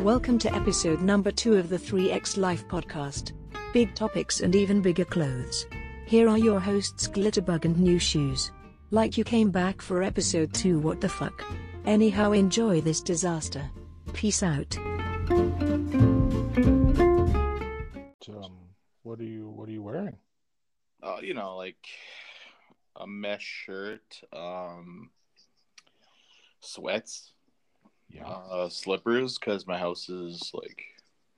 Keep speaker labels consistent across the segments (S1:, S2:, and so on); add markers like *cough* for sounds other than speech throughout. S1: Welcome to episode number two of the 3X Life podcast. Big topics and even bigger clothes. Here are your hosts Glitterbug and New Shoes. Like you came back for episode two, what the fuck? Anyhow, enjoy this disaster. Peace out.
S2: Um, what are you What are you wearing?
S3: uh, you know, like a mesh shirt, um, sweats, uh, slippers, because my house is like,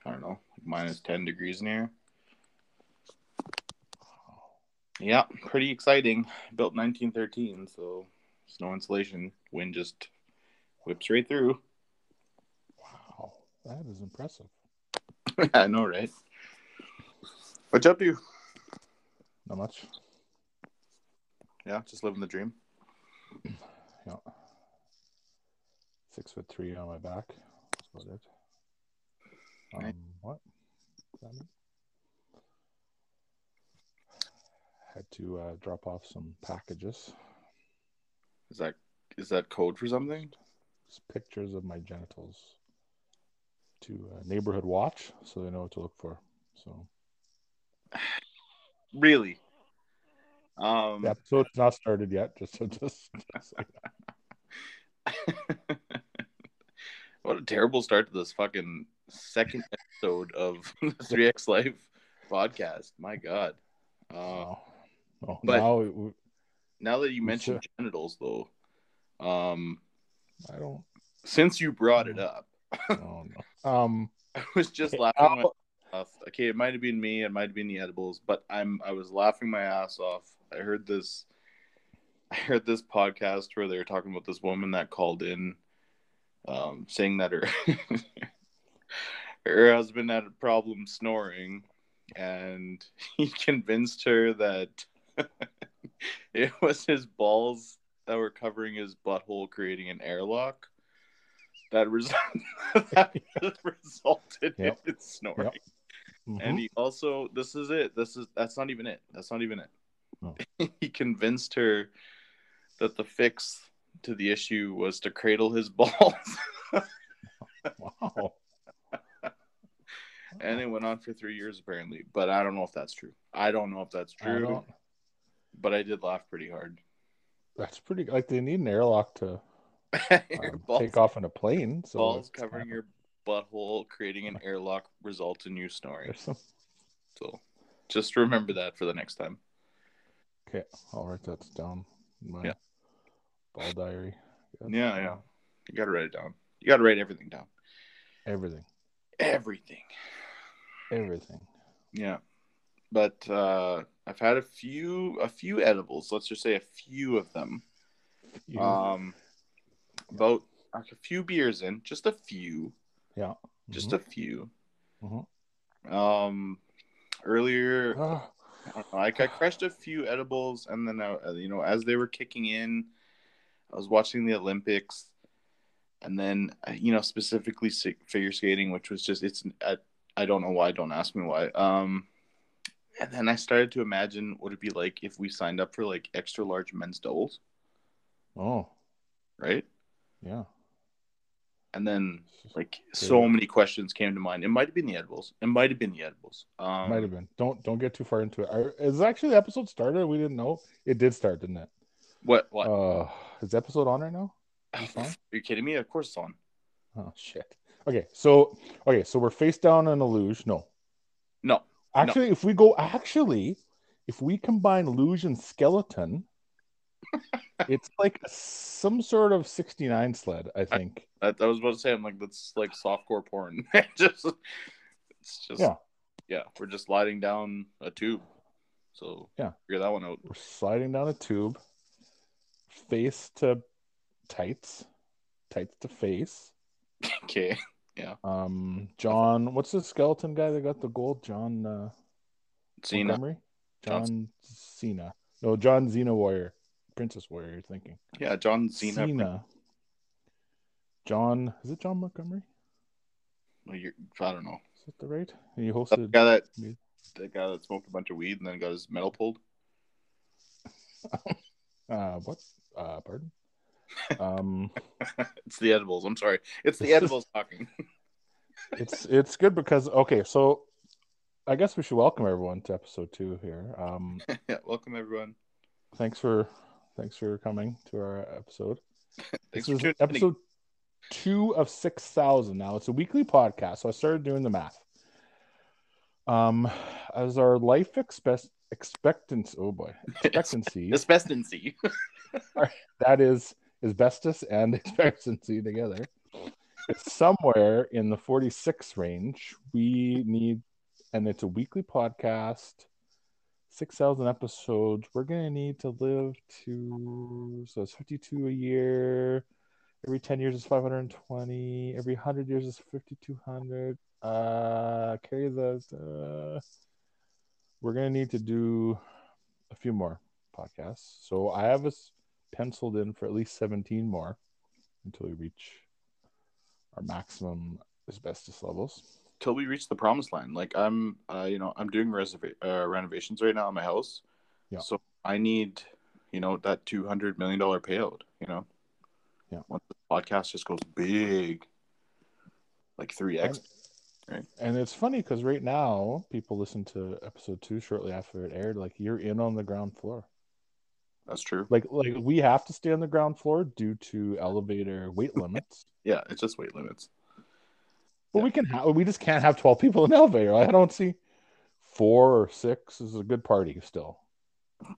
S3: I don't know, like minus 10 degrees in here. Yeah, pretty exciting. Built 1913, so there's no insulation. Wind just whips right through. *laughs* Uh-huh.
S2: Wow, oh, that is impressive.
S3: I know, right? What's up, you?
S2: Not much.
S3: Yeah, just living the dream.
S2: Yeah. Six foot three on my back. That's about it.
S3: Nice.
S2: Um, what? Does that mean? Had to uh, drop off some packages.
S3: Is that is that code for something?
S2: Just pictures of my genitals to uh, neighborhood watch, so they know what to look for. So
S3: Really? Um,
S2: the episode's not started yet. Just, *laughs* just, just
S3: what a terrible start to this fucking second episode of *laughs* the 3x Life podcast. My God. Uh,
S2: wow. Oh,
S3: But-
S2: now it-
S3: now that you
S2: Yes,
S3: mentioned genitals, though, um,
S2: I don't.
S3: since you brought it up, *laughs*
S2: Oh, no. Um,
S3: I was just laughing. My ass off. Okay, it might have been me. It might have been the edibles, but I'm I was laughing my ass off. I heard this. I heard this podcast where they were talking about this woman that called in, um, saying that her *laughs* her husband had a problem snoring, and *laughs* he convinced her that *laughs* it was his balls that were covering his butthole, creating an airlock. That, *laughs* res-
S2: *laughs*
S3: that resulted
S2: Yep.
S3: in his snoring. And
S2: mhm.
S3: he also, this is it. This is that's not even it. That's not even it.
S2: No.
S3: *laughs* he convinced her that the fix to the issue was to cradle his *laughs* balls,
S2: wow.
S3: and it went on for three years apparently. But I don't know if that's true. I don't know if that's
S2: I
S3: true.
S2: don't-
S3: but I did laugh pretty hard.
S2: that's pretty. Like they need an airlock to
S3: *laughs*
S2: um,
S3: balls,
S2: take off in a plane. So
S3: balls
S2: it's kind of-
S3: covering your butthole, creating an airlock, results in you snoring.
S2: there's some-
S3: So, just remember that for the next time.
S2: Okay, I'll write that down. In my
S3: Yeah.
S2: Ball diary.
S3: Yeah, yeah. You got to write it down. You got to write everything down.
S2: Everything.
S3: Everything.
S2: Everything.
S3: Yeah. But uh, I've had a few, a few edibles. Let's just say a few of them.
S2: You-
S3: Um, about like a few beers in, just a few,
S2: yeah.
S3: just
S2: Mm-hmm.
S3: a few.
S2: Mhm.
S3: Um, earlier,
S2: Ah,
S3: I don't know, Uh, like I crushed a few edibles, and then I, you know, as they were kicking in, I was watching the Olympics, and then uh, you know, specifically si- figure skating, which was just it's. I, I don't know why. Don't ask me why. Um, and then I started to imagine what it'd be like if we signed up for like extra large men's doubles,
S2: oh,
S3: right?
S2: yeah.
S3: And then like so
S2: Yeah.
S3: many questions came to mind. It might have been the edibles. It might have been the edibles. Um,
S2: Might have been. Don't don't get too far into it. Are- Is actually the episode started? We didn't know it did start, didn't it?
S3: What? What? *laughs*
S2: Uh, is the episode on right now? this
S3: Are
S2: on?
S3: you kidding me? Of course it's on.
S2: Oh shit. Okay, so okay, so we're face down in a luge. No,
S3: No,
S2: actually, if we go, actually, if we combine luge and skeleton, it's like a, some sort of sixty-nine sled. I think.
S3: I, I was about to say, I'm like, that's like softcore porn. *laughs* just, it's just, yeah.
S2: Yeah.
S3: we're just sliding down a tube. So
S2: Yeah.
S3: figure that one out.
S2: We're sliding down a tube, face to tights, tights to face.
S3: Okay, *laughs*
S2: Um, John, what's the skeleton guy that got the gold? John uh,
S3: Cena.
S2: Montgomery?
S3: John-
S2: John Cena. No, John Xena Warrior, Princess Warrior. You're thinking.
S3: Yeah, John
S2: Cena.
S3: Cena.
S2: John, is it John Montgomery?
S3: Well, you're- I don't know.
S2: Is that the right? He
S3: That's the
S2: hosted.
S3: guy that
S2: Yeah.
S3: the guy that smoked a bunch of weed and then got his metal pulled.
S2: Uh, what? Uh, pardon. Um,
S3: It's the edibles. I'm sorry. It's the edibles talking. *laughs*
S2: it's it's good because okay, so I guess we should welcome everyone to episode two here.
S3: *laughs*
S2: Um,
S3: yeah, welcome everyone.
S2: thanks for thanks for coming to our episode. this
S3: Thanks for
S2: is
S3: tuning in. *laughs*
S2: episode two of six thousand. Now it's a weekly podcast, so I started doing the math. Um, as our life expect expectancy, oh
S3: *laughs*
S2: boy, expectancy
S3: Asbestincy.
S2: that is asbestos and *laughs* expectancy together. It's somewhere in the 46 range. We need, and it's a weekly podcast, 6,000 episodes. We're going to need to live to, so it's 52 a year. Every 10 years is 520. Every 100 years is 5,200. Uh, carry the, uh, we're going to need to do a few more podcasts. So I have a, s- penciled in for at least 17 more until we reach our maximum asbestos levels.
S3: till we reach the promised land. Like I'm, uh, you know, I'm doing reserva- uh, renovations right now on my house.
S2: Yeah.
S3: So I need, you know, that two hundred million dollar payout. You know.
S2: Yeah.
S3: Once the podcast just goes big, like three x.
S2: And it's funny because right now people listen to episode two shortly after it aired. Like you're in on the ground floor.
S3: That's true.
S2: Like like we have to stay on the ground floor due to elevator weight limits.
S3: Yeah, it's just weight limits.
S2: But we can ha- we just can't have 12 people in an elevator. I don't see four or six is a good party still.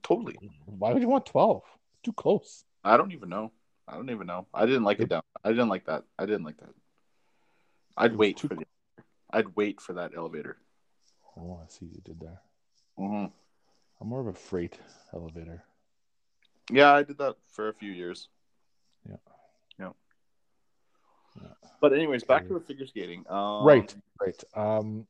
S3: Totally.
S2: Why would you want 12? Too close.
S3: I don't even know. I don't even know. I didn't like it down. I didn't like that. I didn't like that. I'd
S2: was
S3: wait
S2: too-
S3: for the. I'd wait for that elevator.
S2: Oh, I see what you did there.
S3: hmm
S2: I'm more of a freight elevator.
S3: Yeah, I did that for a few years.
S2: Yeah.
S3: Yeah.
S2: Yeah.
S3: But anyways, back to the figure skating. Um,
S2: right, right. Um,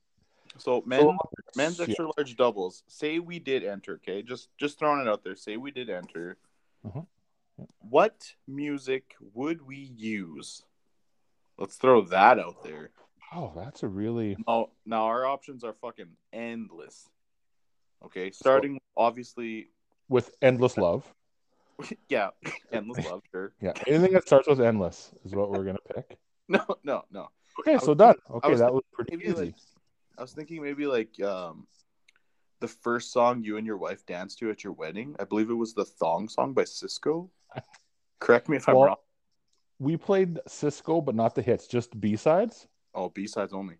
S3: So men,
S2: So,
S3: men's
S2: yeah.
S3: extra large doubles. Say we did enter. Okay, just just throwing it out there. Say we did enter.
S2: Mhm.
S3: What music would we use? Let's throw that out there.
S2: Oh, that's a really
S3: Oh, now our options are fucking endless. Okay, starting obviously, *laughs*
S2: with endless love.
S3: yeah, *laughs* endless love. Sure. *laughs*
S2: Yeah, anything that starts with endless is what we're gonna pick.
S3: No, no, no.
S2: Okay,
S3: was
S2: so done. Okay,
S3: was
S2: that was pretty
S3: maybe
S2: easy.
S3: like I was thinking maybe like um the first song you and your wife danced to at your wedding. I believe it was the thong song
S2: *laughs*
S3: by Cisco. Correct me if I'm
S2: Well-
S3: wrong.
S2: We played Cisco, but not the hits, just B sides.
S3: Oh, B sides only.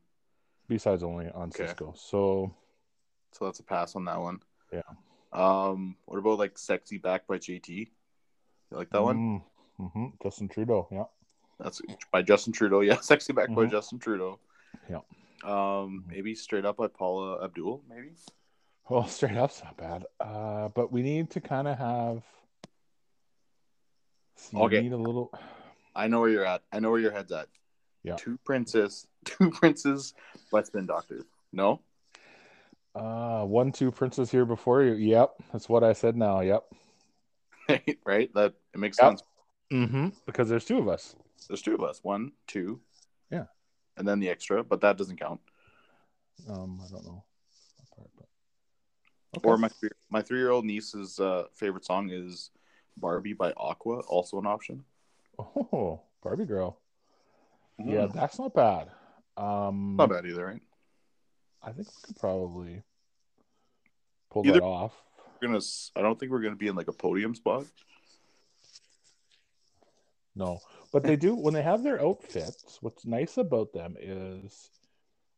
S2: B sides only on
S3: Okay.
S2: Cisco. So
S3: So that's a pass on that one.
S2: Yeah.
S3: Um what about like Sexy Back by JT? You like that one?
S2: hmm Justin Trudeau. Yeah. Mm-hmm.
S3: That's by Justin Trudeau. *laughs* Yeah, Sexy Back by
S2: Mhm.
S3: Justin Trudeau.
S2: Yeah.
S3: Um
S2: Mhm.
S3: maybe Straight Up by Paula Abdul, maybe?
S2: Well, *laughs* straight up's not bad. Uh, but we need to kind of have. See, we
S3: Okay.
S2: Need a little.
S3: I know where you're at. I know where your head's at.
S2: Yeah.
S3: Two princes. *laughs* Two princes by Spin Doctors. No? *laughs*
S2: Uh, one, two princes here before you. Yep, that's what I said. Now, yep.
S3: right? right? That it makes
S2: Yep.
S3: sense.
S2: Mm-hmm. Because there's two of us.
S3: There's two of us. One, two.
S2: Yeah.
S3: And then the extra, but that doesn't count.
S2: Um, I don't know. that part, but-
S3: Or
S2: Okay.
S3: my three, my three year old niece's uh, favorite song is Barbie by Aqua, also an option.
S2: oh Barbie girl. Yeah, that's not bad. Um,
S3: Mm. not bad either, right?
S2: I think we could probably pull
S3: Either-
S2: that off.
S3: We're gonna. s- I don't think we're gonna be in like a podium spot.
S2: No, but they do when they have their outfits. What's nice about them is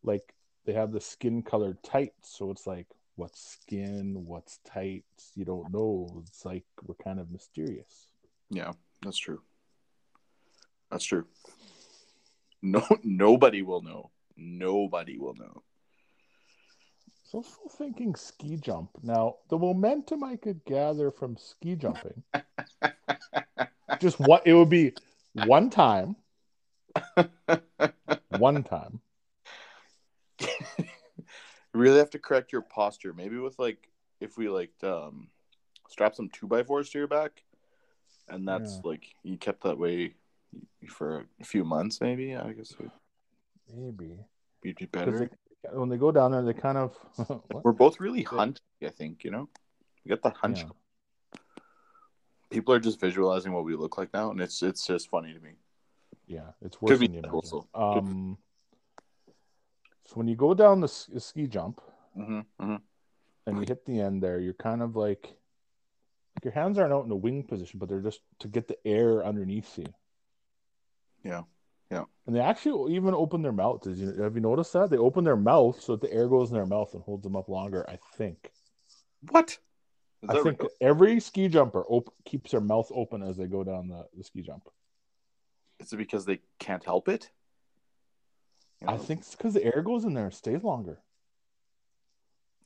S2: like they have the skin colored tights, so it's like what's skin, what's tights. You don't know. It's like we're kind of mysterious.
S3: Yeah, that's true. That's true. No, *laughs* nobody will know. Nobody will know.
S2: So I'm still thinking ski jump. Now, the momentum I could gather from ski jumping, just what it would be one time, one time.
S3: You really have to correct your posture. Maybe with like if we like um strap some two by fours to your back, and that's
S2: Yeah.
S3: like you kept that way for a few months. Maybe I guess would
S2: Maybe.
S3: you'd be
S2: 'Cause
S3: better.
S2: they- when they go down there, they kind of. *laughs* what?
S3: We're both really hunched. I think you know we got the hunch.
S2: Yeah.
S3: People are just visualizing what we look like now, and it's it's just funny to me.
S2: Yeah, it's worse
S3: be
S2: than you
S3: that
S2: imagine.
S3: also.
S2: Um, So when you go down the s- ski jump
S3: hmm hmm
S2: and you hit the end there, you're kind of like, like your hands aren't out in a wing position, but they're just to get the air underneath you.
S3: Yeah. Yeah.
S2: And they actually even open their mouth. Did you have you noticed that they open their mouth so that the air goes in their mouth and holds them up longer? I think.
S3: What? Is
S2: I
S3: that
S2: think
S3: real?
S2: every ski jumper op- keeps their mouth open as they go down the, the ski jump.
S3: Is it because they can't help it? You
S2: I
S3: know,
S2: think it's because the air goes in there and stays longer.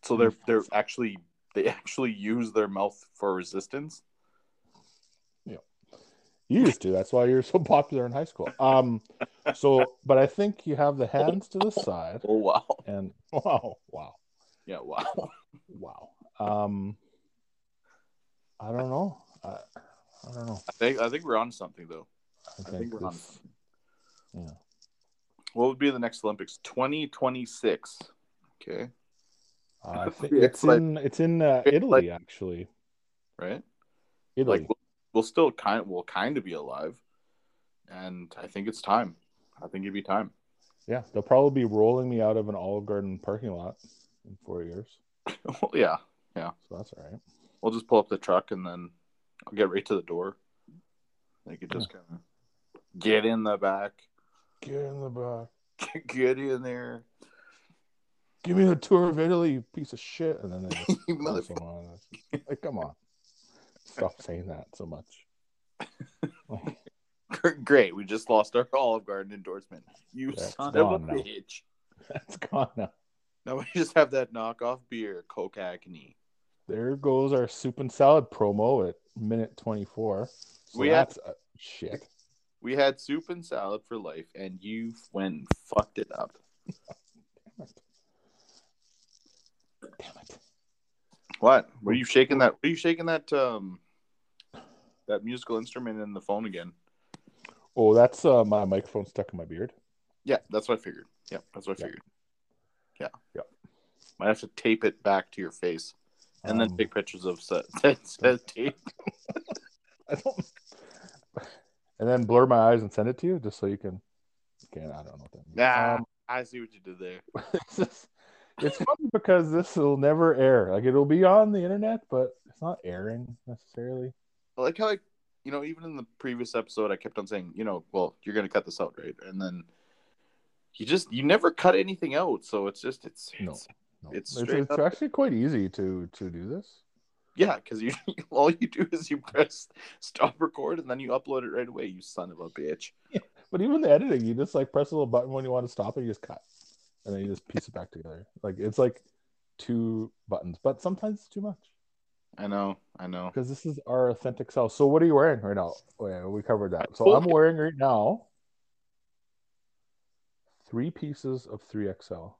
S3: so. They're
S2: Mm.
S3: they're actually they actually use their mouth for resistance.
S2: You used to. That's why you're so *laughs* popular in high school. Um, so, but I think you have the hands to the side
S3: Oh wow!
S2: and *laughs* wow, wow,
S3: Yeah, wow.
S2: wow. Um, I don't know. I, I don't know.
S3: I think I think we're on something though.
S2: I
S3: I
S2: think,
S3: think we're on.
S2: this- yeah.
S3: What would be the next Olympics? Twenty twenty six. Okay, *laughs*
S2: I think
S3: Yeah,
S2: it's
S3: like-
S2: in it's in uh,
S3: like-
S2: Italy actually.
S3: right?
S2: Italy.
S3: Like we'll, we'll still kind we'll kind of be alive, and I think it's time. I think it'd be time.
S2: yeah, they'll probably be rolling me out of an Olive Garden parking lot in four years.
S3: well, yeah,
S2: So that's all right.
S3: we'll just pull up the truck and then I'll get right to the door. They could just kind of get in the back, *laughs*
S2: Get in the back.
S3: get in there. *laughs*
S2: Give me a tour of Italy, you piece of shit. And then they just throw
S3: You motherfucker.
S2: someone Oh, on us. Like, come on. Stop saying that so
S3: *laughs*
S2: much. Like, *laughs*
S3: Great, we just lost our Olive Garden endorsement. You
S2: That's
S3: son of a
S2: gone now.
S3: bitch.
S2: that's gone now.
S3: Now *laughs* we just have that knockoff beer, Coke Agony.
S2: There goes our soup and salad promo at minute 24. So
S3: We had-
S2: that's uh, shit.
S3: We had soup and salad for life, and you went and fucked it up.
S2: Damn it.
S3: What? Were you shaking that? Were you shaking that? Um, that musical instrument in the phone again?
S2: Oh, that's uh, my microphone stuck in my beard.
S3: Yeah, that's what I figured. Yeah, that's what I
S2: Yeah.
S3: figured. Yeah.
S2: Yeah.
S3: Might have to tape it back to your face and then
S2: Um,
S3: take pictures of *laughs* said, said, said tape.
S2: *laughs* I don't. And then blur my eyes and send it to you, just so you can. Can I don't know what that means.
S3: Nah,
S2: Um, *laughs*
S3: I see what you did there.
S2: it's, just- it's funny because this will never air. Like it'll be on the internet, but it's not airing necessarily.
S3: I like how, I, you know, even in the previous episode, I kept on saying, you know, well, you're going to cut this out, right? And then you just, you never cut anything out. So it's just, it's,
S2: No.
S3: it's
S2: No.
S3: It's
S2: it's,
S3: straight
S2: it's
S3: up-
S2: actually quite easy to to do this.
S3: yeah, because you, *laughs* all you do is you press stop record and then you upload it right away, you son of a bitch.
S2: But even the editing, you just like press a little button when you want to stop, and you just cut, and then you just piece it back together. Like it's like two buttons, but sometimes it's too much.
S3: I know, I know.
S2: because this is our authentic self. So what are you wearing right now? Oh, yeah, we covered that. So
S3: told
S2: I'm
S3: you.
S2: wearing right now three pieces of 3XL.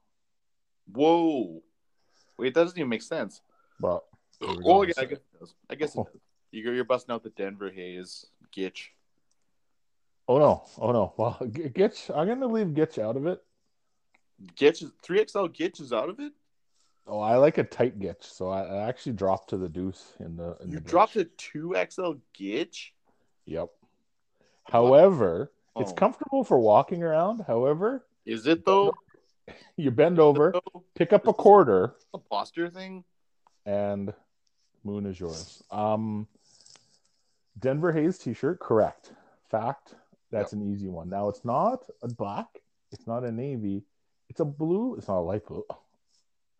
S3: Whoa. Wait, that doesn't even make sense.
S2: But there we go.
S3: Oh, yeah, I guess it does. I guess it
S2: Oh.
S3: does. You go, you're busting out the Denver Hayes, Gitch.
S2: oh no, oh no. Well, *laughs* G- Gitch, I'm gonna leave Gitch out of it.
S3: Gitch is 3XL Gitch is out of it?
S2: Oh, I like a tight Gitch, so I, I actually dropped to the deuce in the. In
S3: You
S2: the Gitch.
S3: dropped a 2XL Gitch?
S2: Yep. However, it's
S3: Oh.
S2: comfortable for walking around. However,
S3: Is it though?
S2: you bend over,
S3: Is it, though?
S2: pick up a quarter,
S3: A posture thing?
S2: and Moon is yours. Um, Denver Hayes T-shirt, correct. Fact. That's an easy one. Now it's not a black. It's not a navy. It's a blue. It's not a light blue,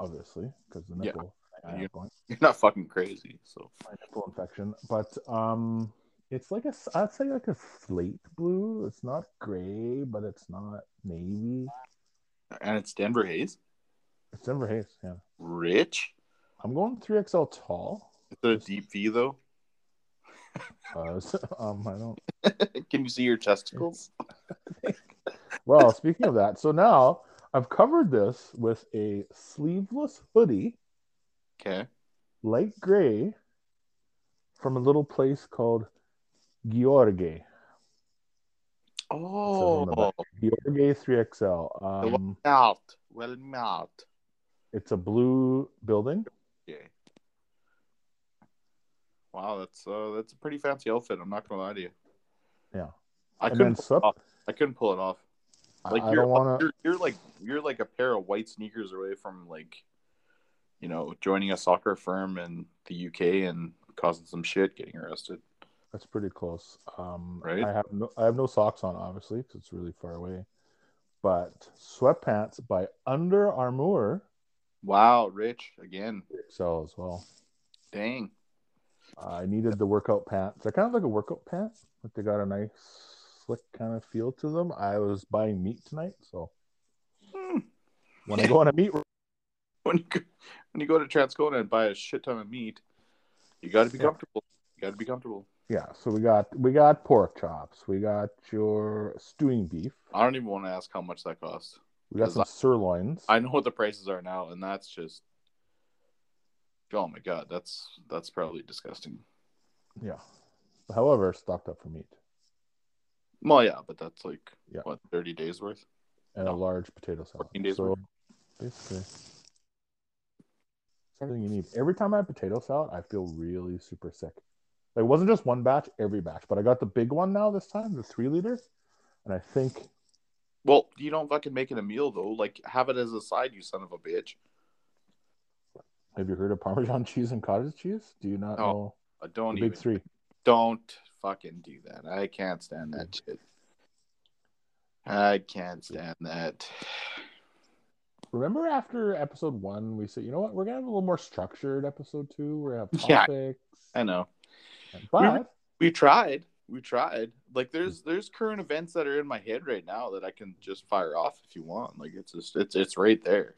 S2: obviously, because the
S3: Yeah.
S2: nipple. I have
S3: Yeah.
S2: one-
S3: *laughs* You're not fucking crazy. So
S2: my nipple infection, but um, it's like a s- I'd say like a slate blue. It's not gray, but it's not navy.
S3: and it's Denver Hayes?
S2: It's Denver Hayes. Yeah,
S3: Rich?
S2: I'm going three XL tall.
S3: Is it a deep V though?
S2: Uh, so, *laughs* um, I don't.
S3: *laughs* Can you see your testicles?
S2: Well, speaking of that, so now I've covered this with a sleeveless hoodie,
S3: Okay.
S2: light gray, from a little place called Gheorghe. on the
S3: Oh,
S2: Gheorghe 3XL. Um,
S3: out. Well, out.
S2: it's a blue building.
S3: Yeah. Wow, that's uh, that's a pretty fancy outfit. I'm not gonna lie to you.
S2: Yeah.
S3: I
S2: And
S3: couldn't
S2: then
S3: pull it
S2: sup-
S3: off. I couldn't pull it off. Like
S2: I
S3: you're,
S2: don't want to.
S3: you're you're like you're like a pair of white sneakers away from like, you know, joining a soccer firm in the UK and causing some shit, getting arrested.
S2: That's pretty close. Um,
S3: Right?
S2: I have no, I have no socks on, obviously, because it's really far away. But sweatpants by Under Armour
S3: Wow, Rich again.
S2: sell as well.
S3: Dang.
S2: I needed the workout pants. They're kind of like a workout pant, but they got a nice slick kind of feel to them. I was buying meat tonight, so
S3: Hmm.
S2: when I go on a meat,
S3: When you go, when you go to Transcona and buy a shit ton of meat, you got to be
S2: Yeah.
S3: comfortable. You got to be comfortable.
S2: yeah. So we got we got pork chops. We got your stewing beef.
S3: I don't even want to ask how much that costs.
S2: We got some sirloins.
S3: I know what the prices are now, and that's just. Oh my god, that's that's probably disgusting.
S2: Yeah. However, stocked up for meat
S3: Well, yeah, but that's like
S2: Yeah.
S3: what thirty days worth.
S2: and a
S3: No.
S2: large potato salad.
S3: 14 days
S2: so
S3: worth.
S2: basically, it's everything you need. Every time I have potato salad, I feel really super sick. Like, it wasn't just one batch, every batch, but I got the big one now this time, the three liter, and I think
S3: Well, you don't fucking make it a meal though. Like, have it as a side, you son of a bitch.
S2: Have you heard of Parmesan *laughs* cheese and cottage cheese? Do you not
S3: No,
S2: know
S3: I
S2: the
S3: don't
S2: big
S3: even.
S2: three?
S3: Don't fucking do that. I can't stand that
S2: Mm.
S3: shit. I can't stand that.
S2: Remember after episode one, we said, you know what, we're gonna have a little more structured episode two. We're gonna have
S3: *laughs* Yeah.
S2: topics.
S3: I know.
S2: But
S3: We tried. We tried. Like, there's there's current events that are in my head right now that I can just fire off if you want. Like, it's just it's it's right there.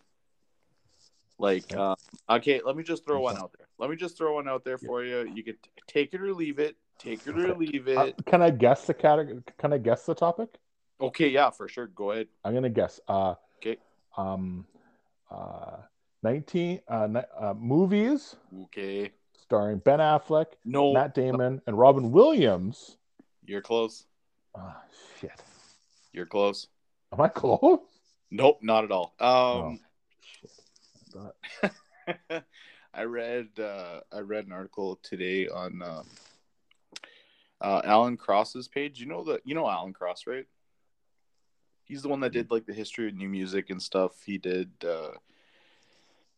S3: Like,
S2: Yeah.
S3: uh, okay, let me just throw one out there. Let me just throw one out there for you. You could t- take it or leave it. Take it or
S2: Okay.
S3: leave
S2: uh,
S3: it.
S2: can I guess the category can I guess the topic?
S3: Okay, yeah, for sure. Go ahead.
S2: I'm gonna guess. Uh
S3: Okay.
S2: um uh nineteen uh, ni- uh movies
S3: Okay.
S2: starring Ben Affleck,
S3: No,
S2: Matt Damon, and Robin Williams.
S3: you're close.
S2: Oh shit.
S3: You're close.
S2: Am I close?
S3: Nope, not at all. Um,
S2: But-
S3: *laughs* I read uh, I read an article today on um, uh, Alan Cross's page. You know the you know Alan Cross, right? He's the one that did like the history of new music and stuff. He did. Uh,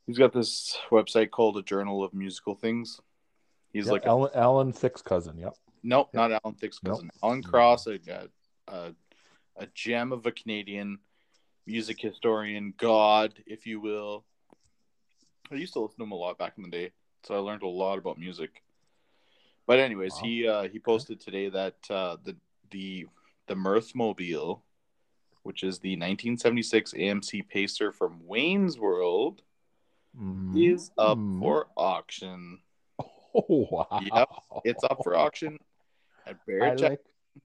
S3: he's got this website called A Journal of Musical Things. He's
S2: Yep,
S3: like a
S2: Alan Alan Thick's cousin, yep.
S3: Nope,
S2: Yeah.
S3: not Alan Thick's
S2: Nope.
S3: cousin. Alan Cross, a, a, a, a gem of a Canadian music historian, god, if you will. I used to listen to him a lot back in the day, so I learned a lot about music. But anyways,
S2: Wow.
S3: he uh, he posted today that uh, the the the Mirthmobile, which is the 1976 AMC Pacer from Wayne's World,
S2: Mm.
S3: is up
S2: Mm.
S3: for auction.
S2: *laughs* Oh wow.
S3: Yep, It's up for auction at Barrett Jackson.
S2: to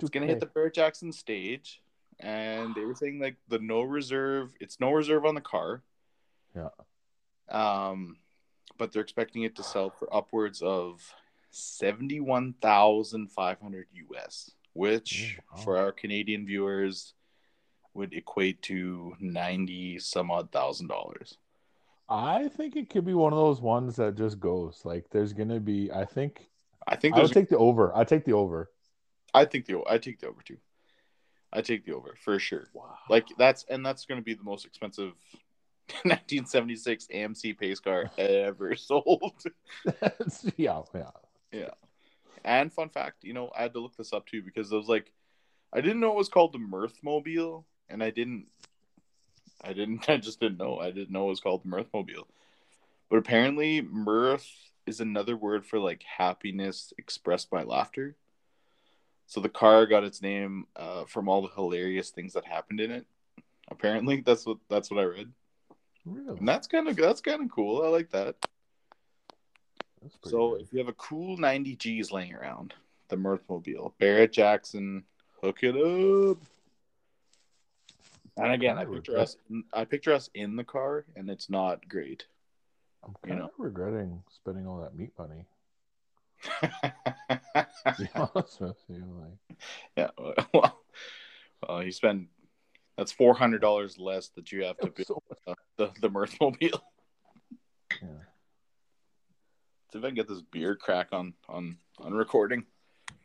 S3: it's gonna hit the Barrett Jackson stage, and they were saying like the no reserve. It's no reserve on the car.
S2: Yeah.
S3: Um, but they're expecting it to sell for upwards of seventy one thousand five hundred US, which
S2: Oh, wow.
S3: for our Canadian viewers would equate to ninety some odd thousand dollars.
S2: I think it could be one of those ones that just goes. Like there's gonna be I think
S3: I think
S2: I
S3: there's
S2: would take the over. I take the over.
S3: I think the I take the over too. I take the over for sure.
S2: Wow. *laughs*
S3: Like that's and that's going to be the most expensive *laughs* 1976 AMC Pace car ever sold.
S2: yeah, yeah.
S3: And fun fact, you know, I had to look this up too because I was like, I didn't know it was called the Mirthmobile, and I didn't, I didn't, *laughs* I just didn't know. I didn't know it was called the Mirthmobile, but apparently mirth is another word for like happiness expressed by laughter. So the car got its name uh, from all the hilarious things that happened in it. Apparently, that's what that's what I read.
S2: Really?
S3: And that's kind of that's kind of cool. I like that.
S2: That's pretty
S3: So
S2: good.
S3: if you have a cool 90 G's laying around, the Mirthmobile, Barrett Jackson, hook it up. And again, I
S2: Kinda
S3: picture
S2: regret-
S3: us. I picture us in the car, and it's not great. *laughs*
S2: I'm
S3: you
S2: kind
S3: know.
S2: of regretting spending all that meat money. To
S3: *laughs*
S2: be honest with you, like
S3: yeah. Well, well, you spend that's four hundred dollars less that you have to
S2: it's
S3: build
S2: so much-
S3: the the Mirthmobile.
S2: Yeah. *laughs*
S3: See *laughs* if I can get this beer crack on on on recording.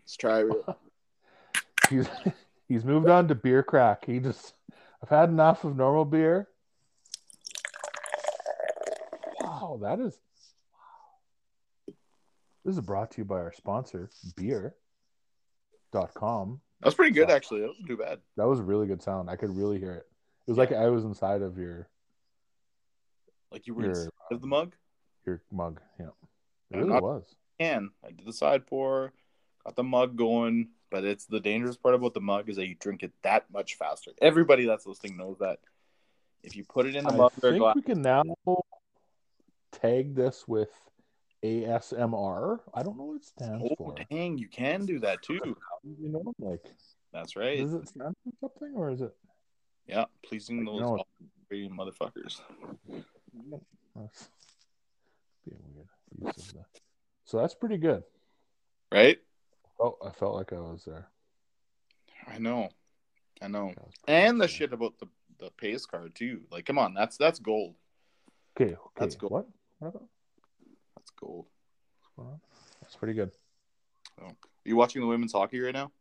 S3: Let's try it.
S2: he's he's moved on to beer crack. He just I've had enough of normal beer. Wow, that is. This is brought to you by our sponsor, beer.com.
S3: That's pretty good, actually. That wasn't too bad.
S2: That was a really good sound. I could really hear it. It was like I was inside of your
S3: Like you were
S2: Your-
S3: inside of the mug.
S2: your mug. Yeah. It
S3: I'm
S2: really
S3: not-
S2: was.
S3: Can I did the side pour, got the mug going. But it's the dangerous part about the mug is that you drink it that much faster. Everybody that's listening knows that. If you put it in the
S2: I
S3: mug or a
S2: think
S3: glass,
S2: we can now tag this with ASMR. I don't know what it stands
S3: oh
S2: for.
S3: dang, you can do that too.
S2: You know, like
S3: That's right.
S2: does it stand for something or is it
S3: Yeah, pleasing
S2: Like,
S3: those
S2: no.
S3: crazy motherfuckers.
S2: that's Oh, *laughs* being weird use of the... So that's pretty good.
S3: Right?
S2: Oh, I felt like I was there.
S3: I know. I know.
S2: That was pretty
S3: And the
S2: good.
S3: shit about the the pace card too. Like, come on, that's that's gold.
S2: Okay, okay.
S3: That's cool.
S2: What? What about?
S3: That's gold.
S2: what's going on? That's pretty good.
S3: Are you watching the women's hockey right now?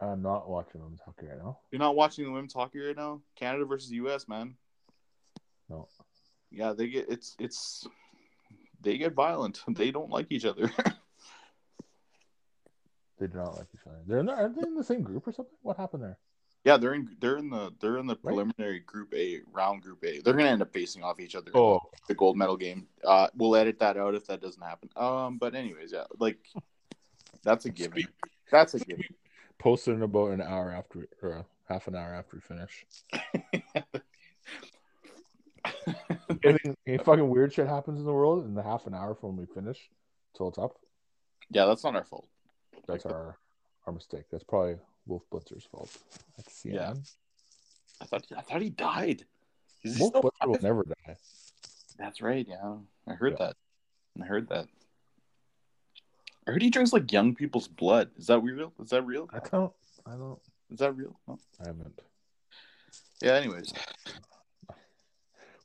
S2: I'm not watching them hockey right now.
S3: You're not watching the women's hockey right now? Canada versus US, man.
S2: No.
S3: Yeah, they get it's it's they get violent. *laughs* They don't like each other. *laughs*
S2: They do not like each other. They're in the, aren't they in the same group or something? What happened there?
S3: yeah, they're in they're in the they're in the preliminary group A round group A. They're gonna end up facing off each other.
S2: Oh,
S3: the gold medal game. Uh, we'll edit that out if that doesn't happen. Um, but anyways, yeah, like that's a given. That's a given.
S2: posted in about an hour after or uh, half an hour after we finish. Anything, *laughs* any fucking weird shit happens in the world in the half an hour from when we finish till it's up.
S3: Yeah, that's not our fault.
S2: That's our our mistake. That's probably Wolf Blitzer's fault. That's
S3: Yeah.
S2: CNN.
S3: I thought I thought he died. Is he
S2: Wolf
S3: still
S2: Blitzer will
S3: alive?
S2: never die.
S3: That's right. Yeah, I heard
S2: Yeah.
S3: that. I heard that. I heard he drinks like young people's blood. Is that real? Is that real?
S2: I don't. I don't.
S3: Is that real? No?
S2: I haven't.
S3: Yeah. Anyways, *laughs*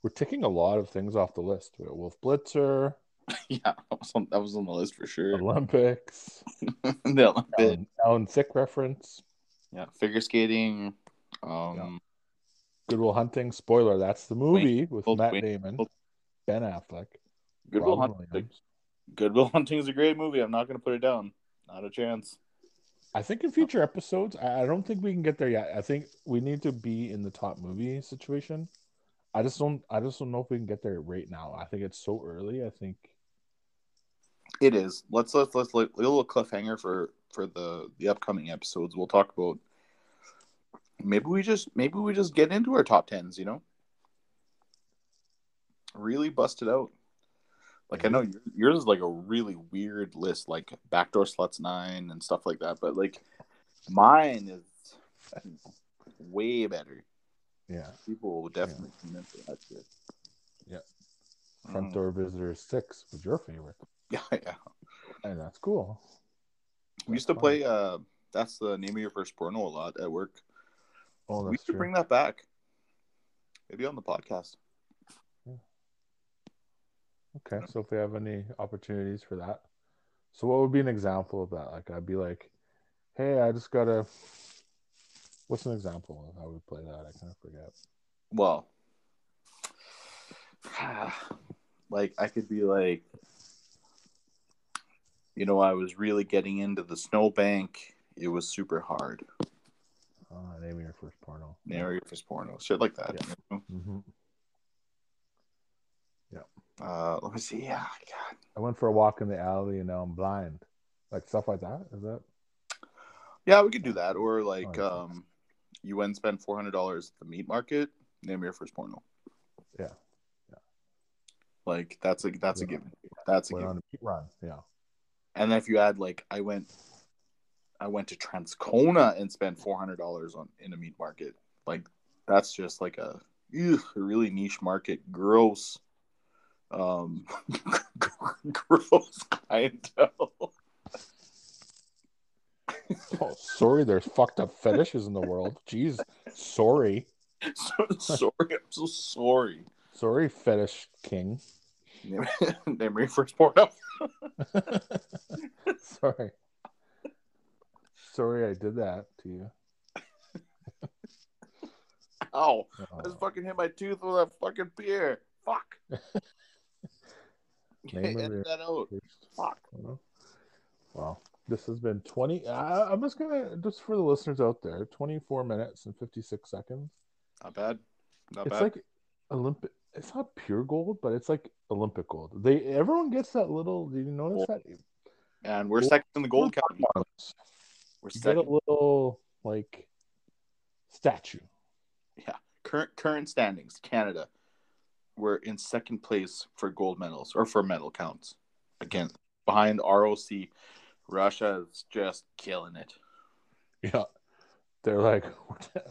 S2: We're ticking a lot of things off the list. We got Wolf Blitzer,
S3: yeah, that was on, that was on the list for sure. *laughs*
S2: Olympics,
S3: the Olympic.
S2: Alan, Alan Sick reference,
S3: Yeah, figure skating. Um,
S2: Yeah. Goodwill Hunting. Spoiler: That's the movie with
S3: Wayne-
S2: Matt
S3: Wayne-
S2: Damon, Ben Affleck,
S3: Goodwill
S2: Robin
S3: Hunting.
S2: Williams.
S3: Goodwill Hunting is a great movie. I'm not going to put it down. Not a chance.
S2: I think in future episodes, I I don't think we can get there yet. I think we need to be in the top movie situation. I just don't. I just don't know if we can get there right now. I think it's so early. I think
S3: It is. Let's let's let's like a little cliffhanger for for the the upcoming episodes. We'll talk about maybe we just maybe we just get into our top tens. You know, really bust it out. Like I
S2: Mm-hmm.
S3: know your- yours is like a really weird list, like backdoor sluts nine and stuff like that. But like mine is way better.
S2: yeah.
S3: People will definitely tune in for that shit.
S2: Yeah.
S3: Mm.
S2: Front door visitors six was your favorite,
S3: *laughs* Yeah, yeah.
S2: and that's cool.
S3: We used to
S2: That's
S3: play. Uh, that's the name of your first porno a lot at work.
S2: Oh,
S3: we
S2: that's
S3: used to
S2: true.
S3: bring that back. Maybe on the podcast.
S2: Okay, so if we have any opportunities for that, so what would be an example of that? Like, I'd be like, "Hey, I just gotta." What's an example of how we play that? I kind of forget.
S3: Well, *sighs* like I could be like, you know, I was really getting into the snowbank. It was super hard.
S2: Uh, name of your first porno.
S3: Name of your first porno, shit like that.
S2: Yeah.
S3: you know?
S2: hmm
S3: Uh, let me see. Yeah, God.
S2: I went for a walk in the alley and now I'm blind. Like stuff like that. Is that
S3: yeah, we could do that. Or like,
S2: yeah.
S3: um, you went and spend four hundred dollars at the meat market. Name of your first porno.
S2: Yeah. Yeah.
S3: Like that's a that's a
S2: Yeah.
S3: given. That's a
S2: went
S3: given.
S2: on a meat run? Yeah.
S3: And then if you add like I went I went to Transcona and spent four hundred dollars on in a meat market. Like that's just like a, ew, a really niche market. Gross um *laughs* gross clientele.
S2: Oh, sorry, there's fucked up fetishes in the world. Jeez, sorry,
S3: *laughs* so sorry, I'm so sorry.
S2: sorry, fetish king.
S3: Name name your first porno.
S2: *laughs* sorry, sorry, I did that to you.
S3: Ow! I
S2: Oh,
S3: just fucking hit my tooth with a fucking beer. Fuck. *laughs*
S2: Name of
S3: Edit
S2: your-
S3: that out. Fuck.
S2: well. Well, this has been 20. I, I'm just going to, just for the listeners out there, 24 minutes and 56 seconds.
S3: Not bad. Not
S2: it's
S3: bad.
S2: like Olympic. It's not pure gold, but it's like Olympic gold. They everyone gets that little. Did you notice that?
S3: and we're second in the gold category. We're
S2: You get a
S3: second.
S2: little like statue.
S3: Current current standings. Canada. We're in second place for gold medals or for medal counts. Again, behind ROC. Russia is just killing it.
S2: Yeah, they're like,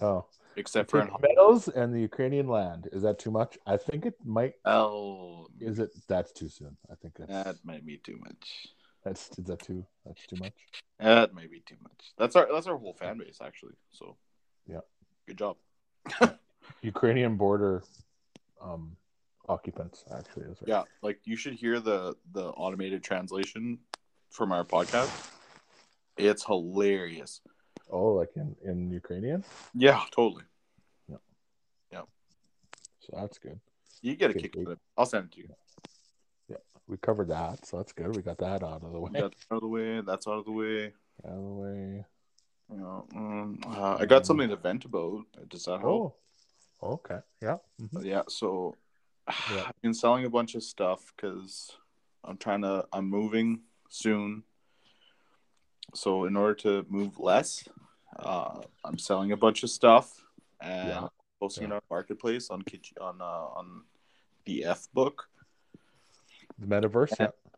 S2: oh,
S3: Except for
S2: *laughs*
S3: in
S2: Take medals and the Ukrainian land. Is that too much? I think it might.
S3: Oh,
S2: Is it? That's too soon. I think that's
S3: that might be too much.
S2: that's is that too that's too much.
S3: That might be too much. That's our that's our whole fan base actually. So
S2: Yeah.
S3: good job.
S2: Ukrainian border um occupants actually is right.
S3: Yeah, like you should hear the the automated translation from our podcast. It's hilarious.
S2: Oh, like in in Ukrainian.
S3: Yeah, totally.
S2: So that's good.
S3: You get a
S2: Okay,
S3: kick
S2: great.
S3: out of it. I'll send it to you.
S2: we covered that, so that's good. We got that out of the way.
S3: We got that out of the way. That's out of the way.
S2: Out of the way.
S3: You know, um, uh, I got something to vent about. Does that help?
S2: Oh, okay. Yeah. Mhm.
S3: Yeah. So *sighs*
S2: Yeah.
S3: I've been selling a bunch of stuff because I'm trying to. I'm moving soon. So in order to move less, uh, I'm selling a bunch of stuff and
S2: Yeah.
S3: posting
S2: Yeah.
S3: it on marketplace on Kij- on uh, on the F book.
S2: The metaverse.
S3: Yeah.
S2: Yeah.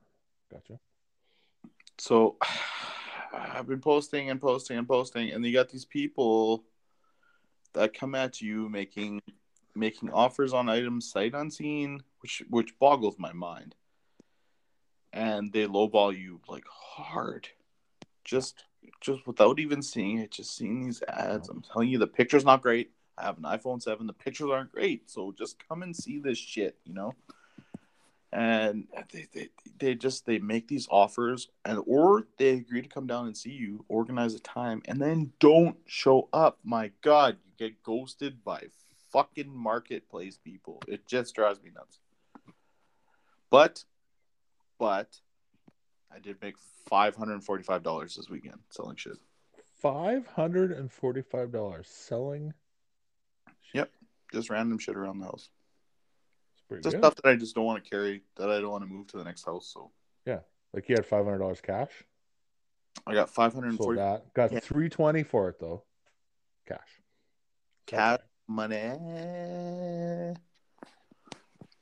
S2: Gotcha.
S3: So *sighs* I've been posting and posting and posting, and you got these people that come at you making making offers on items sight unseen, which which boggles my mind. And they lowball you like hard, just just without even seeing it, just seeing these ads. I'm telling you, the picture's not great. I have an iPhone seven. The pictures aren't great, so just come and see this shit, you know. And they, they they just they make these offers, and or they agree to come down and see you, organize a time, and then don't show up. My God, you get ghosted by fucking marketplace people. It just drives me nuts. But, but, I did make five hundred and forty-five dollars this weekend selling shit.
S2: Five hundred and forty-five dollars selling.
S3: just random shit around the house.
S2: It's pretty
S3: Just
S2: good.
S3: stuff that I just don't want to carry, that I don't want to move to the next house. So
S2: Like you had five hundred dollars cash.
S3: I got five hundred and
S2: Sold
S3: forty
S2: that. Got
S3: Yeah.
S2: three twenty for it though. Cash.
S3: Cash.
S2: Okay.
S3: money.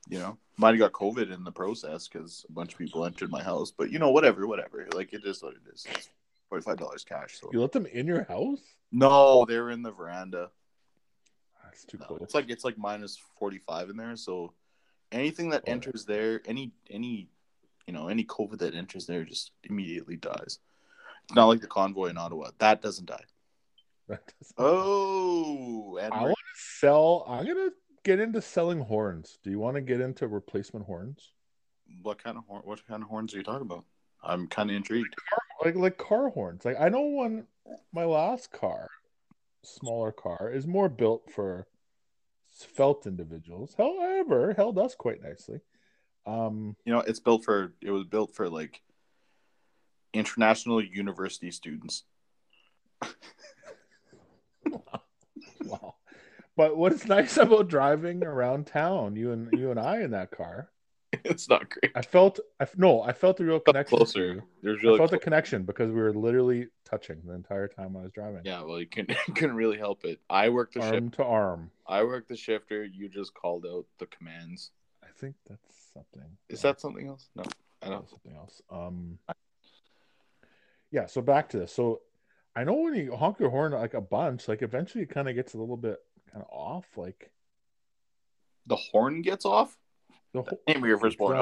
S3: You know, might have got COVID in the process because a bunch of people entered my house. But you know, whatever, whatever. Like it is what it is. Forty five dollars cash. So
S2: You let them in your house?
S3: no, they were in the veranda.
S2: That's too
S3: No,
S2: close.
S3: it's like it's like minus forty five in there. So anything that
S2: Oh, yeah.
S3: enters there, any any you know any COVID that enters there just immediately dies. It's not like the convoy in Ottawa that doesn't die.
S2: *laughs* That doesn't-
S3: Oh, and
S2: I
S3: we're-
S2: want to sell. I'm gonna get into selling horns. Do you want to get into replacement horns?
S3: what kind of horn? What kind of horns are you talking about? I'm kind of intrigued.
S2: like like car horns. Like I know one my last car, smaller car, is more built for felt individuals. However, held us quite nicely. Um *laughs*
S3: You know, it's built for it was built for like international university students. *laughs*
S2: wow. But what's *laughs* nice about driving around town, you and you and I in that car,
S3: it's not great.
S2: I felt I no, I felt a real connection. to
S3: Closer,
S2: you.
S3: there's
S2: I
S3: really
S2: felt a
S3: clo-
S2: connection because we were literally touching the entire time I was driving.
S3: yeah. Well, you couldn't *laughs* couldn't really help it. I worked the shift.
S2: Arm to arm.
S3: I work the shifter. You just called out the commands.
S2: I think that's something.
S3: Is
S2: Yeah.
S3: that something else? No, I
S2: That
S3: don't.
S2: was something else. Um, yeah. So back to this. So I know when you honk your horn like a bunch, like eventually it kind of gets a little bit kind of off. Like
S3: The horn gets off.
S2: the whole,
S3: Name of your first born.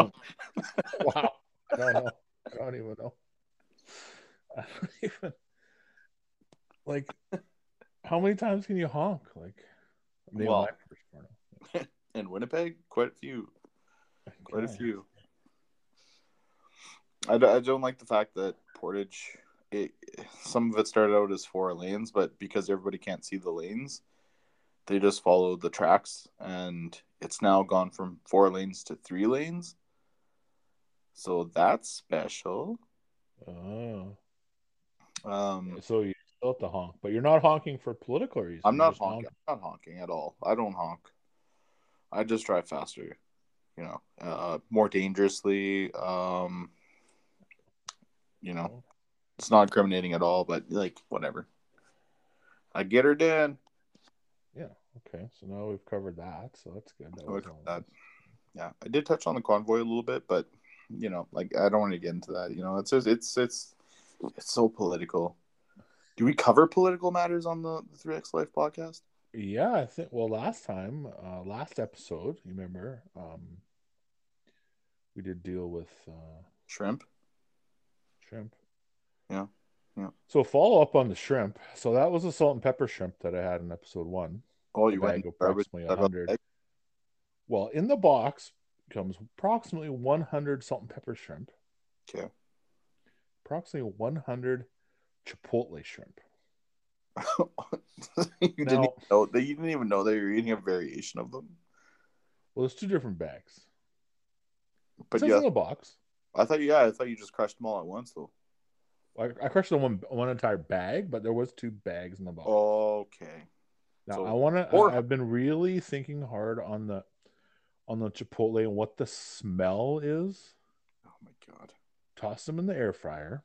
S2: *laughs*
S3: *laughs*
S2: Wow. wow. I don't know. I don't even know. I don't *laughs* even like. How many times can you honk? Like, name
S3: Well,
S2: my first porno.
S3: in Winnipeg, quite a few. Quite a
S2: Yeah.
S3: few. I, d- I don't like the fact that Portage. It some of it started out as four lanes, but because everybody can't see the lanes, they just follow the tracks and it's now gone from four lanes to three lanes so that's special
S2: Oh.
S3: um
S2: Mm, So you still have to honk, but you're not honking for political reasons.
S3: i'm
S2: You're
S3: not
S2: just honking.
S3: honking i'm not honking at all i don't honk i just drive faster you know uh more dangerously um you know
S2: Oh,
S3: it's not incriminating at all but like whatever i get her done
S2: Okay, so now we've covered that, so that's good. That
S3: I would
S2: was
S3: call
S2: all-
S3: Oh, that. Yeah, I did touch on the convoy a little bit, but you know, like I don't want to get into that. You know, it's just, it's it's it's so political. Do we cover political matters on the Three X Life podcast?
S2: Yeah, I think. Well, last time, uh, last episode, you remember, um, we did deal with uh,
S3: Shrimp.
S2: shrimp.
S3: Yeah, yeah.
S2: So follow up on the shrimp. So that was the salt and pepper shrimp that I had in episode one.
S3: Oh,
S2: The
S3: you went
S2: bag
S3: in garbage,
S2: approximately
S3: dug up
S2: 100.
S3: egg.
S2: Well, in the box comes approximately 100 salt and pepper shrimp,
S3: Okay.
S2: approximately 100 chipotle shrimp.
S3: *laughs* you didn't
S2: Now-
S3: even know that you didn't even know that you were eating a variation of them.
S2: Well, there's two different bags.
S3: But
S2: It says
S3: yeah,
S2: in the box.
S3: I thought yeah, I thought you just crushed them all at once though.
S2: I, I crushed the one one entire bag, but there was two bags in the box.
S3: Okay.
S2: Now
S3: Oh, So-
S2: I want to.
S3: or-
S2: I've been really thinking hard on the on the chipotle and what the smell is.
S3: Oh my god.
S2: Toss them in the air fryer.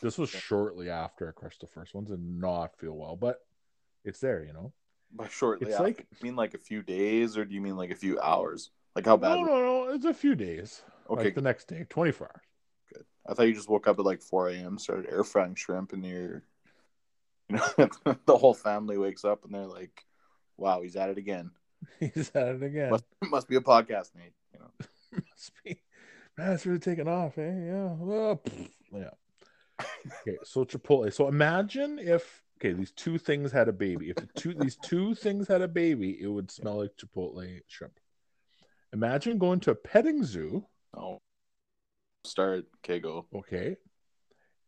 S2: This was
S3: Okay.
S2: shortly after I crushed the first ones and not feel well, but it's there, you know.
S3: By shortly,
S2: It's
S3: after,
S2: like-
S3: do you mean like a few days, or do you mean like a few hours? Like how bad?
S2: No, no, no. It's a few days.
S3: okay,
S2: like the next day, twenty four hours. *laughs*
S3: I thought you just woke up at like 4 a.m., started air frying shrimp, and you're, *laughs* you know, *laughs* the whole family wakes up and they're like, wow, he's at it again.
S2: He's at it again.
S3: Must, *laughs* must be a podcast, Nate. You know,
S2: *laughs* Must be- Man, it's really taking off, eh? Yeah. Well, pfft, yeah. Okay, so Chipotle. So imagine if okay, these two things had a baby. If the two these two things had a baby, it would smell like Chipotle shrimp. Imagine going to a petting zoo,
S3: oh, start, okay, go. *laughs*
S2: okay,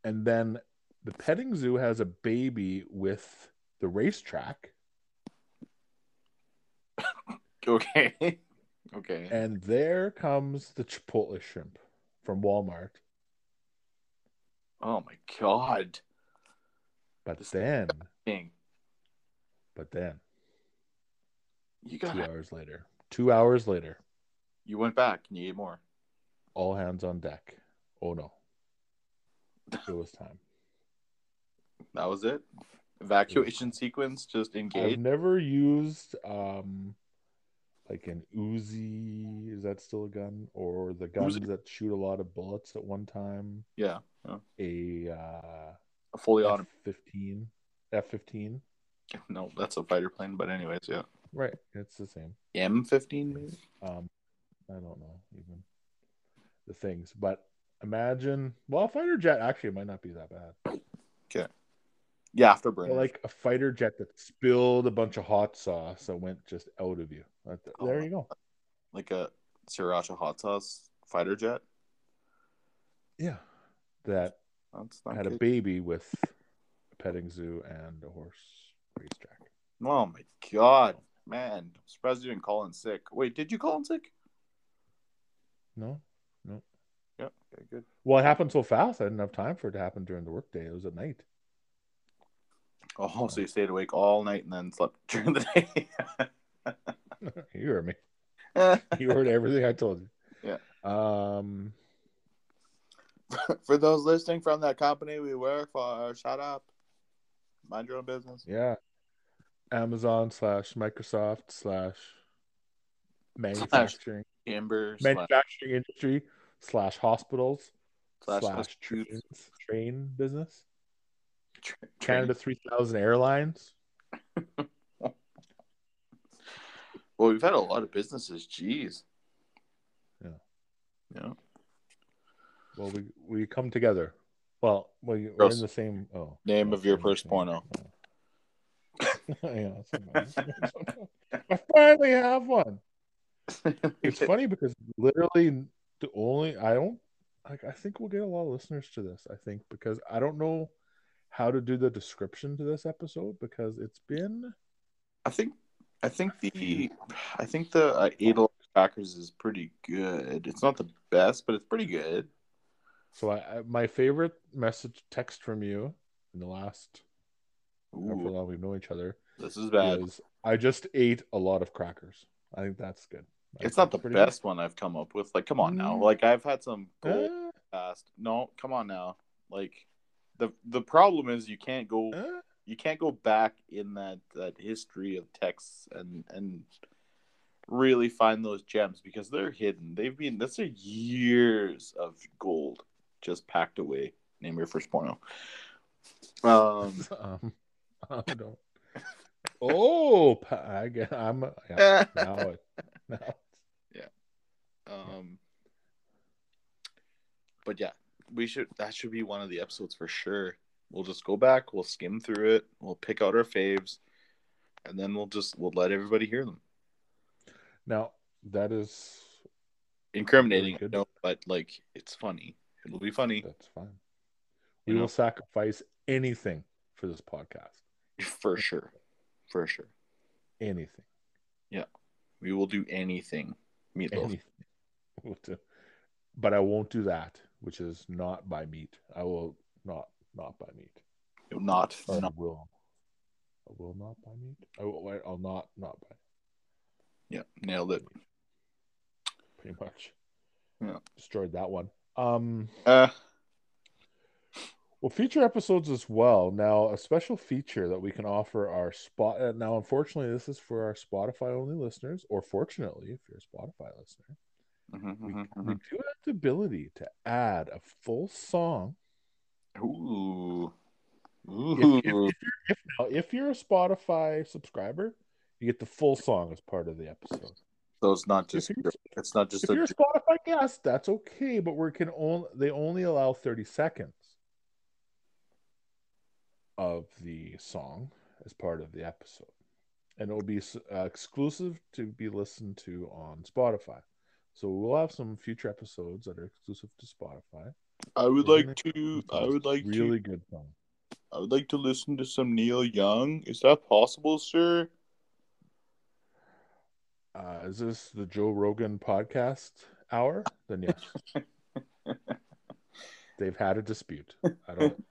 S2: and then the petting zoo has a baby with the racetrack,
S3: Okay. okay.
S2: and there comes the Chipotle shrimp from Walmart.
S3: Oh my God.
S2: But then,
S3: Dang.
S2: but then,
S3: You
S2: two
S3: got
S2: hours later, two hours later,
S3: You went back and you ate more.
S2: all hands on deck. Oh no, it was time.
S3: That was it. Evacuation sequence, just
S2: I've
S3: engage.
S2: never used um like an Uzi. Is that still a gun? Or the guns
S3: Uzi.
S2: that shoot a lot of bullets at one time?
S3: Yeah.
S2: A uh,
S3: A fully
S2: F
S3: automatic.
S2: fifteen, F fifteen.
S3: *laughs* No, that's a fighter plane, but, anyways, yeah.
S2: Right, it's the same.
S3: M15, maybe?
S2: Um, I don't know even the things, but imagine well, a fighter jet actually it might not be that bad.
S3: Yeah, afterburner.
S2: But like a fighter jet that spilled a bunch of hot sauce that went just out of you. That-
S3: Oh.
S2: There you go.
S3: like a sriracha hot sauce fighter jet.
S2: Yeah, that
S3: That's
S2: I
S3: not
S2: had a
S3: good.
S2: baby with a petting zoo and a horse racetrack.
S3: oh my god, man! I'm surprised you didn't call in sick. Wait, did you call in sick?
S2: No,
S3: Yeah. Okay, good.
S2: well, it happened so fast. I didn't have time for it to happen during the workday. It was at night. *laughs*
S3: Oh, so you stayed awake all night and then slept *laughs* during the day.
S2: you heard me. You heard everything I told you.
S3: Yeah.
S2: Um.
S3: *laughs* for those listening from that company we work for, shut up. Mind your own business.
S2: Yeah. Amazon slash Microsoft slash manufacturing
S3: Amber slash,
S2: manufacturing industry slash hospitals
S3: slash,
S2: slash,
S3: slash
S2: trains, train business
S3: tra- train.
S2: Canada three thousand airlines.
S3: Well, we've had a lot of businesses. Jeez.
S2: Yeah.
S3: Yeah.
S2: Well, we we come together. Well, we, we're
S3: Gross.
S2: in the same. Oh,
S3: Name
S2: oh,
S3: of your
S2: same
S3: first
S2: thing.
S3: porno.
S2: *laughs* Yeah, that's about it. *laughs* I finally have one.
S3: *laughs*
S2: It's funny because literally the only I don't like. I think we'll get a lot of listeners to this. I think because I don't know how to do the description to this episode because it's been
S3: I think I think the I think the uh, Adel Packers is pretty good. It's not the best, but it's pretty good.
S2: So I, I my favorite message text from you in the last however
S3: Ooh,
S2: long we've known each other
S3: this is bad.
S2: is I just ate a lot of crackers. I think that's good. I think
S3: It's not the
S2: that's pretty
S3: best one I've come up with. Like, come on now.
S2: Mm.
S3: Like, I've had some
S2: good.
S3: gold past. No, come on now. Like, the the problem is you can't go
S2: Eh, eh.
S3: you can't go back in that that history of texts and and really find those gems because they're hidden. They've been that's a years of gold just packed away. Name your first porno. Um,
S2: Um, *laughs* I don't. Oh, pa- I get, I'm yeah, now
S3: *laughs* um,
S2: it, *laughs* now it's-
S3: but yeah, we should that should be one of the episodes for sure. We'll just go back, we'll skim through it, we'll pick out our faves, and then we'll just we'll let everybody hear them.
S2: now that is
S3: Incriminating,
S2: Very good.
S3: no, but like it's funny. It'll be funny.
S2: that's fine. We
S3: You know?
S2: will sacrifice anything for this podcast.
S3: For sure. For sure.
S2: Anything,
S3: We will do anything. Meatloaf.
S2: anything. *laughs* We'll do- But I won't do that, which is not by meat. I will not not buy meat.
S3: Not,
S2: Or I
S3: not
S2: will. I will not buy meat. I will, I'll not not buy
S3: yeah, nailed it.
S2: meat. Pretty much.
S3: Yeah.
S2: Destroyed that one. Um.
S3: Uh
S2: Well, feature episodes as well. Now, a special feature that we can offer our spot. uh, Now, unfortunately, this is for our Spotify only listeners, or fortunately, if you're a Spotify listener,
S3: mhm,
S2: we,
S3: mhm,
S2: we
S3: mhm.
S2: do have the ability to add a full song.
S3: Ooh.
S2: If, if,
S3: Ooh.
S2: if, you're, if, now, if you're a Spotify subscriber, you get the full song as part of the episode.
S3: So it's not just
S2: if you're,
S3: it's not just
S2: if you're
S3: a
S2: a Spotify guest, that's okay, but we can only they only allow 30 seconds of the song as part of the episode. And it'll be s- uh, exclusive to be listened to on Spotify. So we'll have some future episodes that are exclusive to Spotify.
S3: I would
S2: Isn't
S3: like
S2: it?
S3: to
S2: With
S3: I
S2: some
S3: would like to
S2: really good song.
S3: I would like to listen to some Neil Young. Is that possible, sir? *laughs*
S2: Uh, is this the Joe Rogan podcast hour? Then yes.
S3: *laughs*
S2: They've had a dispute. I don't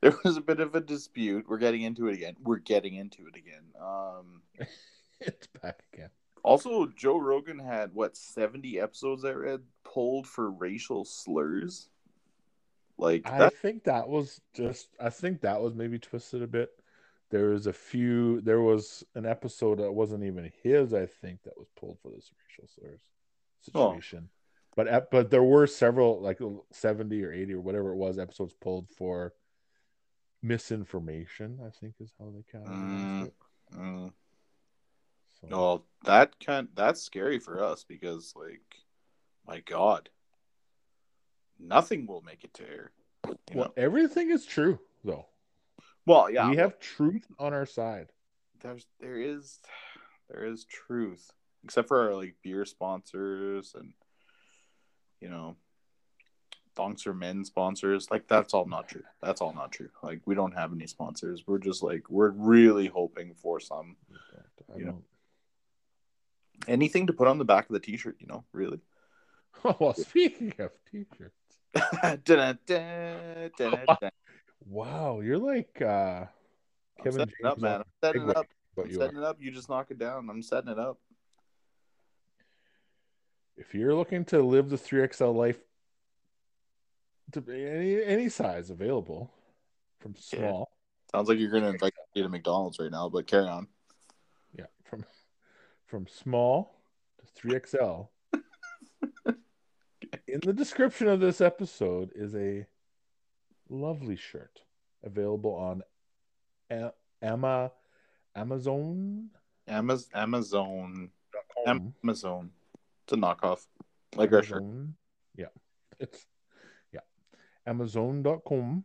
S3: There was a bit of a dispute. We're getting into it again. We're getting into it again. Um
S2: *laughs* it's back again.
S3: also Joe Rogan had what 70 episodes I read pulled for racial slurs. Like
S2: I
S3: that
S2: think that was just I think that was maybe twisted a bit. There was a few there was an episode that wasn't even his, I think, that was pulled for this racial slurs
S3: Oh.
S2: situation. But ep- but there were several like 70 or 80 or whatever it was episodes pulled for misinformation, I think is how they categorized
S3: Mm.
S2: it.
S3: mm.
S2: So,
S3: Well, that kind that's scary for us because like my god. Nothing will make it to air. You
S2: well,
S3: know?
S2: everything is true though.
S3: Well, yeah.
S2: we have truth on our side.
S3: there's there is there is truth. Except for our like beer sponsors and you know donks or men sponsors. Like that's all not true. That's all not true. Like we don't have any sponsors. We're just like we're really hoping for some
S2: I
S3: You know.
S2: don't
S3: anything to put on the back of the t shirt, you know, really. *laughs*
S2: *laughs* Oh, well speaking of t-shirts.
S3: Dun-dun, dun, dun,
S2: *laughs*
S3: dun.
S2: Wow, you're like uh Kevin
S3: I'm setting it up,
S2: James
S3: man.
S2: on
S3: I'm setting
S2: Segway.
S3: it up.
S2: what
S3: I'm
S2: you are.
S3: setting it up. You just knock it down. I'm setting it up.
S2: If you're looking to live the 3XL life to be any any size available from
S3: Yeah.
S2: small,
S3: Sounds like you're gonna invite me to McDonald's right now, but carry on.
S2: yeah, from from small to
S3: *laughs*
S2: 3XL. In the description of this episode is a lovely shirt available on A- Ama Amazon.
S3: Amaz- Amazon, Am- Amazon. It's a knockoff, like our shirt.
S2: Amazon. Yeah. It's yeah. Amazon.com.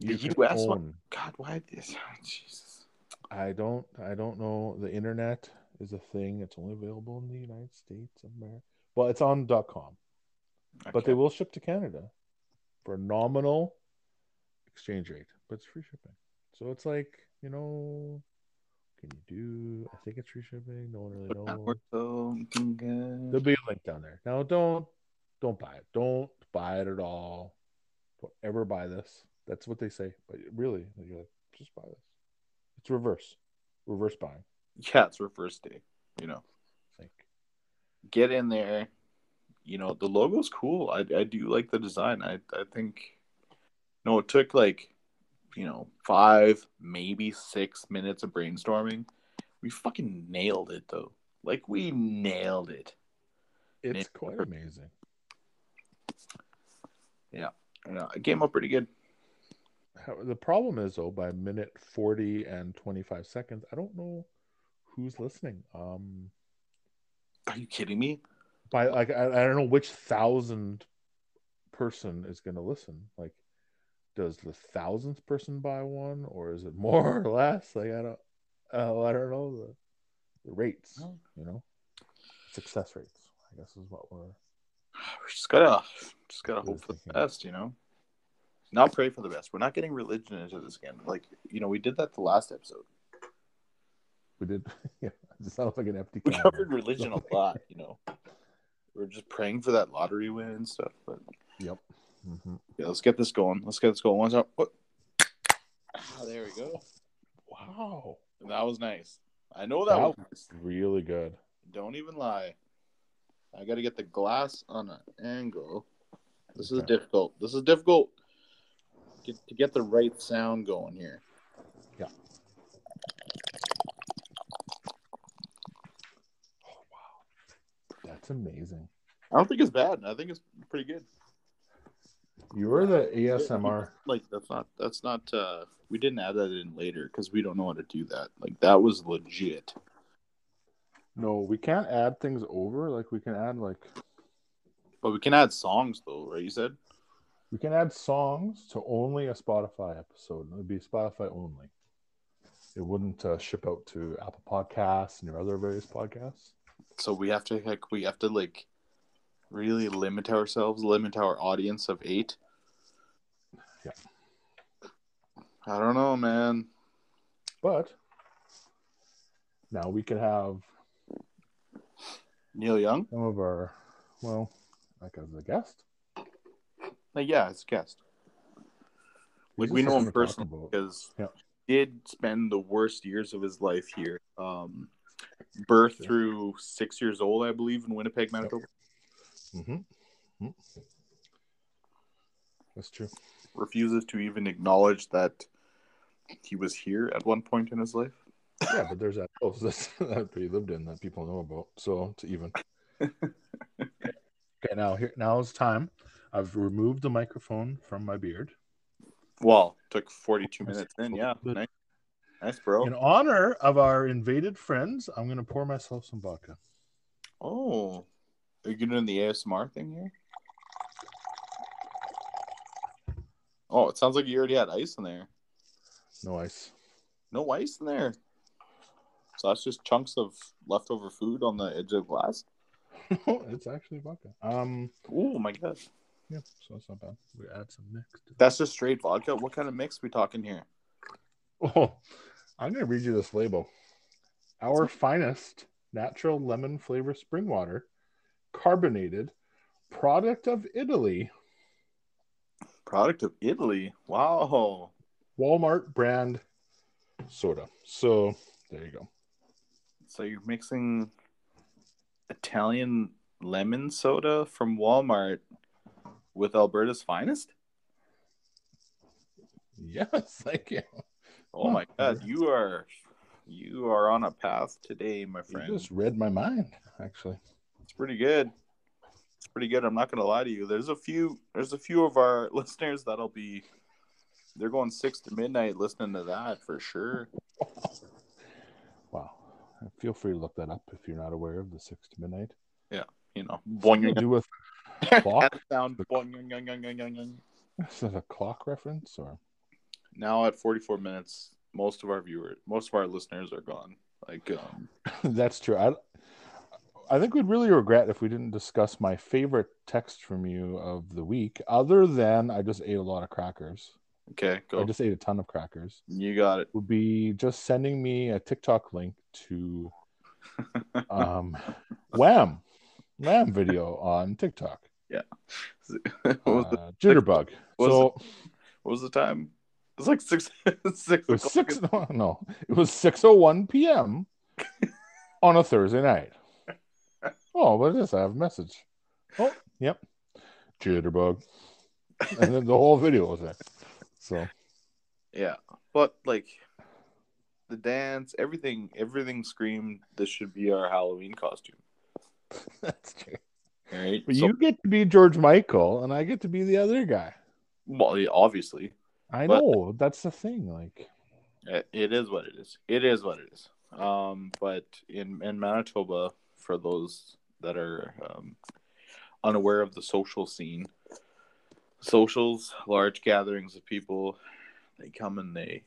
S3: The
S2: can
S3: U.S. one.
S2: own.
S3: God, why this? *laughs* Jesus.
S2: I don't I don't know. The internet is a thing. It's only available in the United States of America. Well, it's on .com, but
S3: Okay.
S2: they will ship to Canada for a nominal exchange rate, but it's free shipping. So it's like, you know, Can you do? I think it's reshipping. No one really
S3: But not
S2: knows.
S3: worth though. Mm,
S2: There'll be a link down there. Now, don't don't buy it. Don't buy it at all. Don't ever buy this. That's what they say. But really, you're like, just buy this. It's reverse, reverse buying.
S3: Yeah, it's reverse day. You know,
S2: I think.
S3: get in there. You know, the logo's cool. I I do like the design. I I think. No, it took like, you know, five maybe six minutes of brainstorming. We fucking nailed it though. Like we nailed it.
S2: It's
S3: Maybe.
S2: quite amazing.
S3: You know, it came out pretty good.
S2: How- The problem is though, by minute forty and twenty five seconds, I don't know who's listening. Um,
S3: Are you kidding me?
S2: by like I, I don't know which thousand person is going to listen. Like, does the thousandth person buy one, or is it *laughs* more or less? Like I don't, oh, I don't know the, the rates.
S3: No.
S2: You know, success rates. I guess is what we're
S3: We just gotta just gotta hope for
S2: Listen.
S3: the best, you know. Not pray for the best. We're not getting religion into this again. Like you know, we did that the last episode. *laughs*
S2: we did. *laughs* Yeah, it sounds like an empty.
S3: We
S2: can.
S3: covered religion a lot, you know. We are just praying for that lottery win and stuff. But
S2: Yep. Mhm.
S3: yeah, let's get this going. Let's get this going. One time. What? Ah, there we go.
S2: Wow,
S3: That was nice. I know that,
S2: That
S3: was nice.
S2: really good.
S3: Don't even lie. I got to get the glass on an angle. This is
S2: Okay.
S3: difficult. This is difficult get, to get the right sound going here.
S2: Yeah. That's amazing.
S3: I don't think it's bad. I think it's pretty good.
S2: You were the ASMR.
S3: Like that's not that's not uh we didn't add that in later because we don't know how to do that. Like that was legit.
S2: No, we can't add things over. Like we can add like
S3: But we can add songs though, right? You said?
S2: we can add songs to only a Spotify episode. It would be Spotify only. It wouldn't uh, ship out to Apple Podcasts and your other various podcasts.
S3: So we have to like we have to like really limit ourselves, limit our audience of eight.
S2: Yeah.
S3: I don't know, man.
S2: But now we can have
S3: Neil Young?
S2: some of our well, like as a guest.
S3: Like yeah, it's a guest. Like,
S2: These
S3: we
S2: are
S3: know him
S2: something to talk
S3: personally
S2: about.
S3: because
S2: Yeah.
S3: he did spend the worst years of his life here. Um, birth
S2: Yeah.
S3: through six years old, I believe, in Winnipeg, Manitoba.
S2: Mm-hmm. That's true.
S3: Refuses to even acknowledge that he was here at one point in his life.
S2: Yeah, but there's that house *laughs* that's, that he lived in that people know about. So it's even. *laughs* okay, now here now is time. I've removed the microphone from my beard
S3: Well, took 42 minutes in. Yeah. Nice, nice bro.
S2: in honor of our invaded friends. I'm gonna pour myself some vodka.
S3: oh, are you doing the ASMR thing here? Oh, it sounds like you already had ice in there.
S2: No ice.
S3: no ice in there. So that's just chunks of leftover food on the edge of glass.
S2: *laughs* it's actually vodka. Um,
S3: Oh my god,
S2: yeah, so it's not bad. We add some mixed.
S3: that's just straight vodka. What kind of mix we talking here?
S2: Oh, I'm gonna read you this label. Our finest natural lemon flavor spring water, carbonated, product of Italy.
S3: Product of Italy. Wow.
S2: Walmart brand soda. So there you go.
S3: So you're mixing Italian lemon soda from Walmart with Alberta's finest.
S2: Yes, *laughs* thank you.
S3: Oh my god, you are you are on a path today, my
S2: You
S3: friend.
S2: just read my mind, actually.
S3: It's pretty good. It's pretty good. I'm not gonna lie to you. There's a few. There's a few of our *laughs* listeners that'll be. They're going six to midnight listening to that for sure.
S2: Wow. Feel free to look that up if you're not aware of the six to midnight.
S3: You know,
S2: What
S3: *laughs* boing
S2: do with
S3: that
S2: clock?
S3: sound. Boing, yoing, yoing, yoing, yoing, yoing, yoing.
S2: Is that a clock reference or *laughs*
S3: Now at 44 minutes, most of our viewers, most of our listeners are gone. Like, um,
S2: that's true. I I think we'd really regret if we didn't discuss my favorite text from you of the week, other than I just ate a lot of crackers.
S3: Okay,
S2: I
S3: go.
S2: just ate a ton of crackers.
S3: You got it. *laughs*
S2: Would be just sending me a TikTok link
S3: *laughs*
S2: to um, Wham, Wham video on TikTok.
S3: what, was the,
S2: Uh, Jitterbug.
S3: was
S2: so
S3: what was the time? It was like six *laughs*
S2: it
S3: six
S2: was
S3: o'clock.
S2: six. *laughs* No, no, it was six oh one
S3: *laughs*
S2: p.m. on a Thursday night. Oh, what is this? I have a message. Oh, yep, Jitterbug, and then the whole video was there. So *laughs*
S3: Yeah, but like the dance, everything, everything screamed. This should be our Halloween costume,
S2: that's true.
S3: right?
S2: But
S3: So-
S2: you get to be George Michael, and I get to be the other guy.
S3: well, yeah, obviously,
S2: I
S3: But-
S2: know that's the thing. Like,
S3: it it is what it is. It is what it is. Um, but in in Manitoba, for those that are um, unaware of the social scene, socials, large gatherings of people, they come and they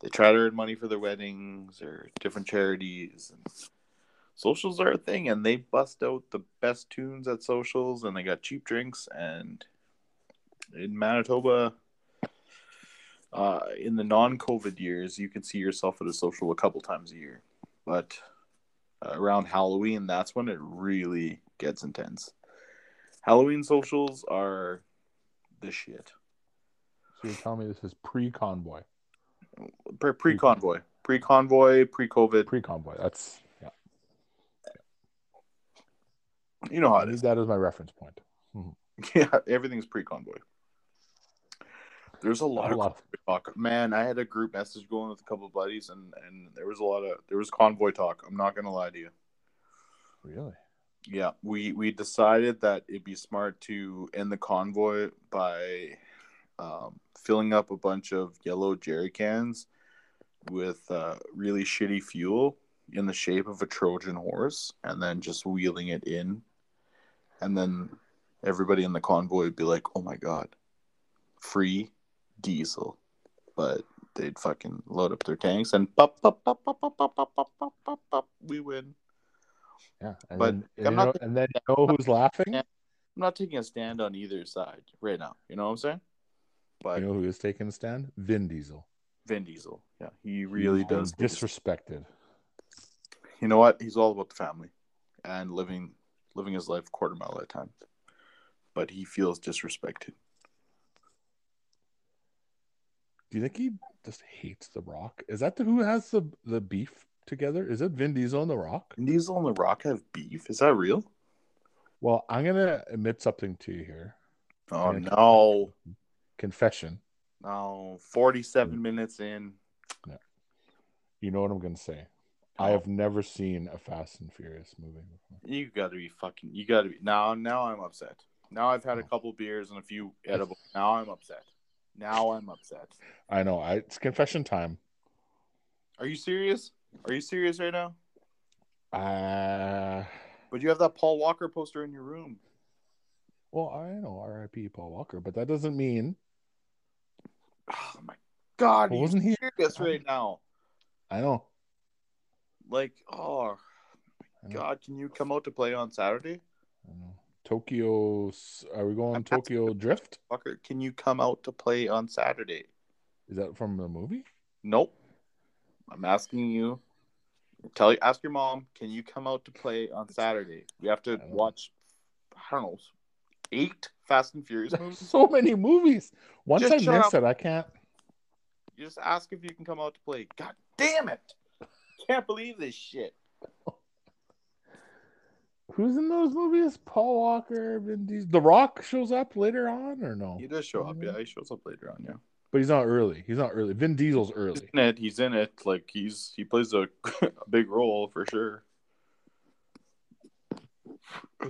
S3: they try to earn money for their weddings or different charities and socials are a thing and they bust out the best tunes at socials and they got cheap drinks and in manitoba uh, in the non-covid years you can see yourself at a social a couple times a year but uh, around halloween that's when it really gets intense halloween socials are the shit
S2: so you're telling me this is pre-convoy,
S3: pre convoy, pre convoy, pre COVID.
S2: pre-convoy. That's yeah.
S3: You know how
S2: I
S3: it
S2: use
S3: is. *laughs*
S2: that as my reference point.
S3: Yeah, everything's pre convoy. There's a lot
S2: A
S3: of
S2: lot.
S3: talk. Man, I had a group message going with a couple of buddies, and and there was a lot of there was convoy talk. I'm not gonna lie to you.
S2: *laughs* Really?
S3: Yeah, we we decided that it'd be smart to end the convoy by um, filling up a bunch of yellow jerry cans with uh, really shitty fuel in the shape of a Trojan horse, and then just wheeling it in, and then everybody in the convoy would be like, "Oh my god, free diesel!" But they'd fucking load up their tanks and pop, pop, pop, pop, pop, pop, pop, pop, pop, pop, we win.
S2: Yeah. And
S3: But
S2: then,
S3: I'm
S2: you
S3: not
S2: know, and then you know who's laughing?
S3: Yeah. I'm not taking a stand on either side right now. You know what I'm saying? But
S2: You know who is taking a stand? Vin Diesel.
S3: Vin Diesel, yeah, he really
S2: He's
S3: does.
S2: been disrespected.
S3: you know what? He's all about the family and living living his life a quarter mile at a time. But he feels disrespected.
S2: Do you think he just hates The Rock? Is that the, who has the the beef together? Is it Vin Diesel and The Rock?
S3: Vin Diesel and The Rock have beef. Is that real?
S2: Well, I'm gonna admit something to you here.
S3: Oh
S2: Yeah.
S3: no,
S2: Confession.
S3: no. Forty seven minutes in.
S2: You know what I'm gonna say. I have never seen a Fast and Furious movie before.
S3: You got to be fucking. You got to be now. Now I'm upset. Now I've
S2: Oh.
S3: had a couple beers and a few edibles. Now I'm upset. Now I'm upset.
S2: I know. I, it's confession time.
S3: Are you serious? Are you serious right now?
S2: Uh,
S3: But you have that Paul Walker poster in your room.
S2: well, I know R.I.P. Paul Walker, but that doesn't mean.
S3: Oh my god,
S2: Well,
S3: are
S2: wasn't
S3: you
S2: he-
S3: serious right now?
S2: I know.
S3: Like, oh
S2: I know.
S3: god, can you come out to play on Saturday?
S2: I know. Tokyo. s- Are we going
S3: I'm asking-
S2: Tokyo Drift?
S3: Fucker, can you come out to play on Saturday?
S2: Is that from the movie?
S3: Nope. I'm asking you. Tell you ask your mom, can you come out to play on Saturday? We have
S2: I
S3: to
S2: don't know.
S3: watch I don't know eight Fast and Furious
S2: There's
S3: movies.
S2: *laughs* so many movies. Once
S3: Mm-hmm. Just
S2: I
S3: shut
S2: miss
S3: up.
S2: it, I can't.
S3: You just ask if you can come out to play. God damn it. Can't believe this shit.
S2: Who's in those movies? Paul Walker, Vin Diesel. The Rock shows up later on, or no?
S3: He does show up, yeah. He shows up later on, yeah.
S2: But he's not early. He's not early. Vin Diesel's early.
S3: in it. He's in it. Like he's he plays a, *laughs* a big role for sure.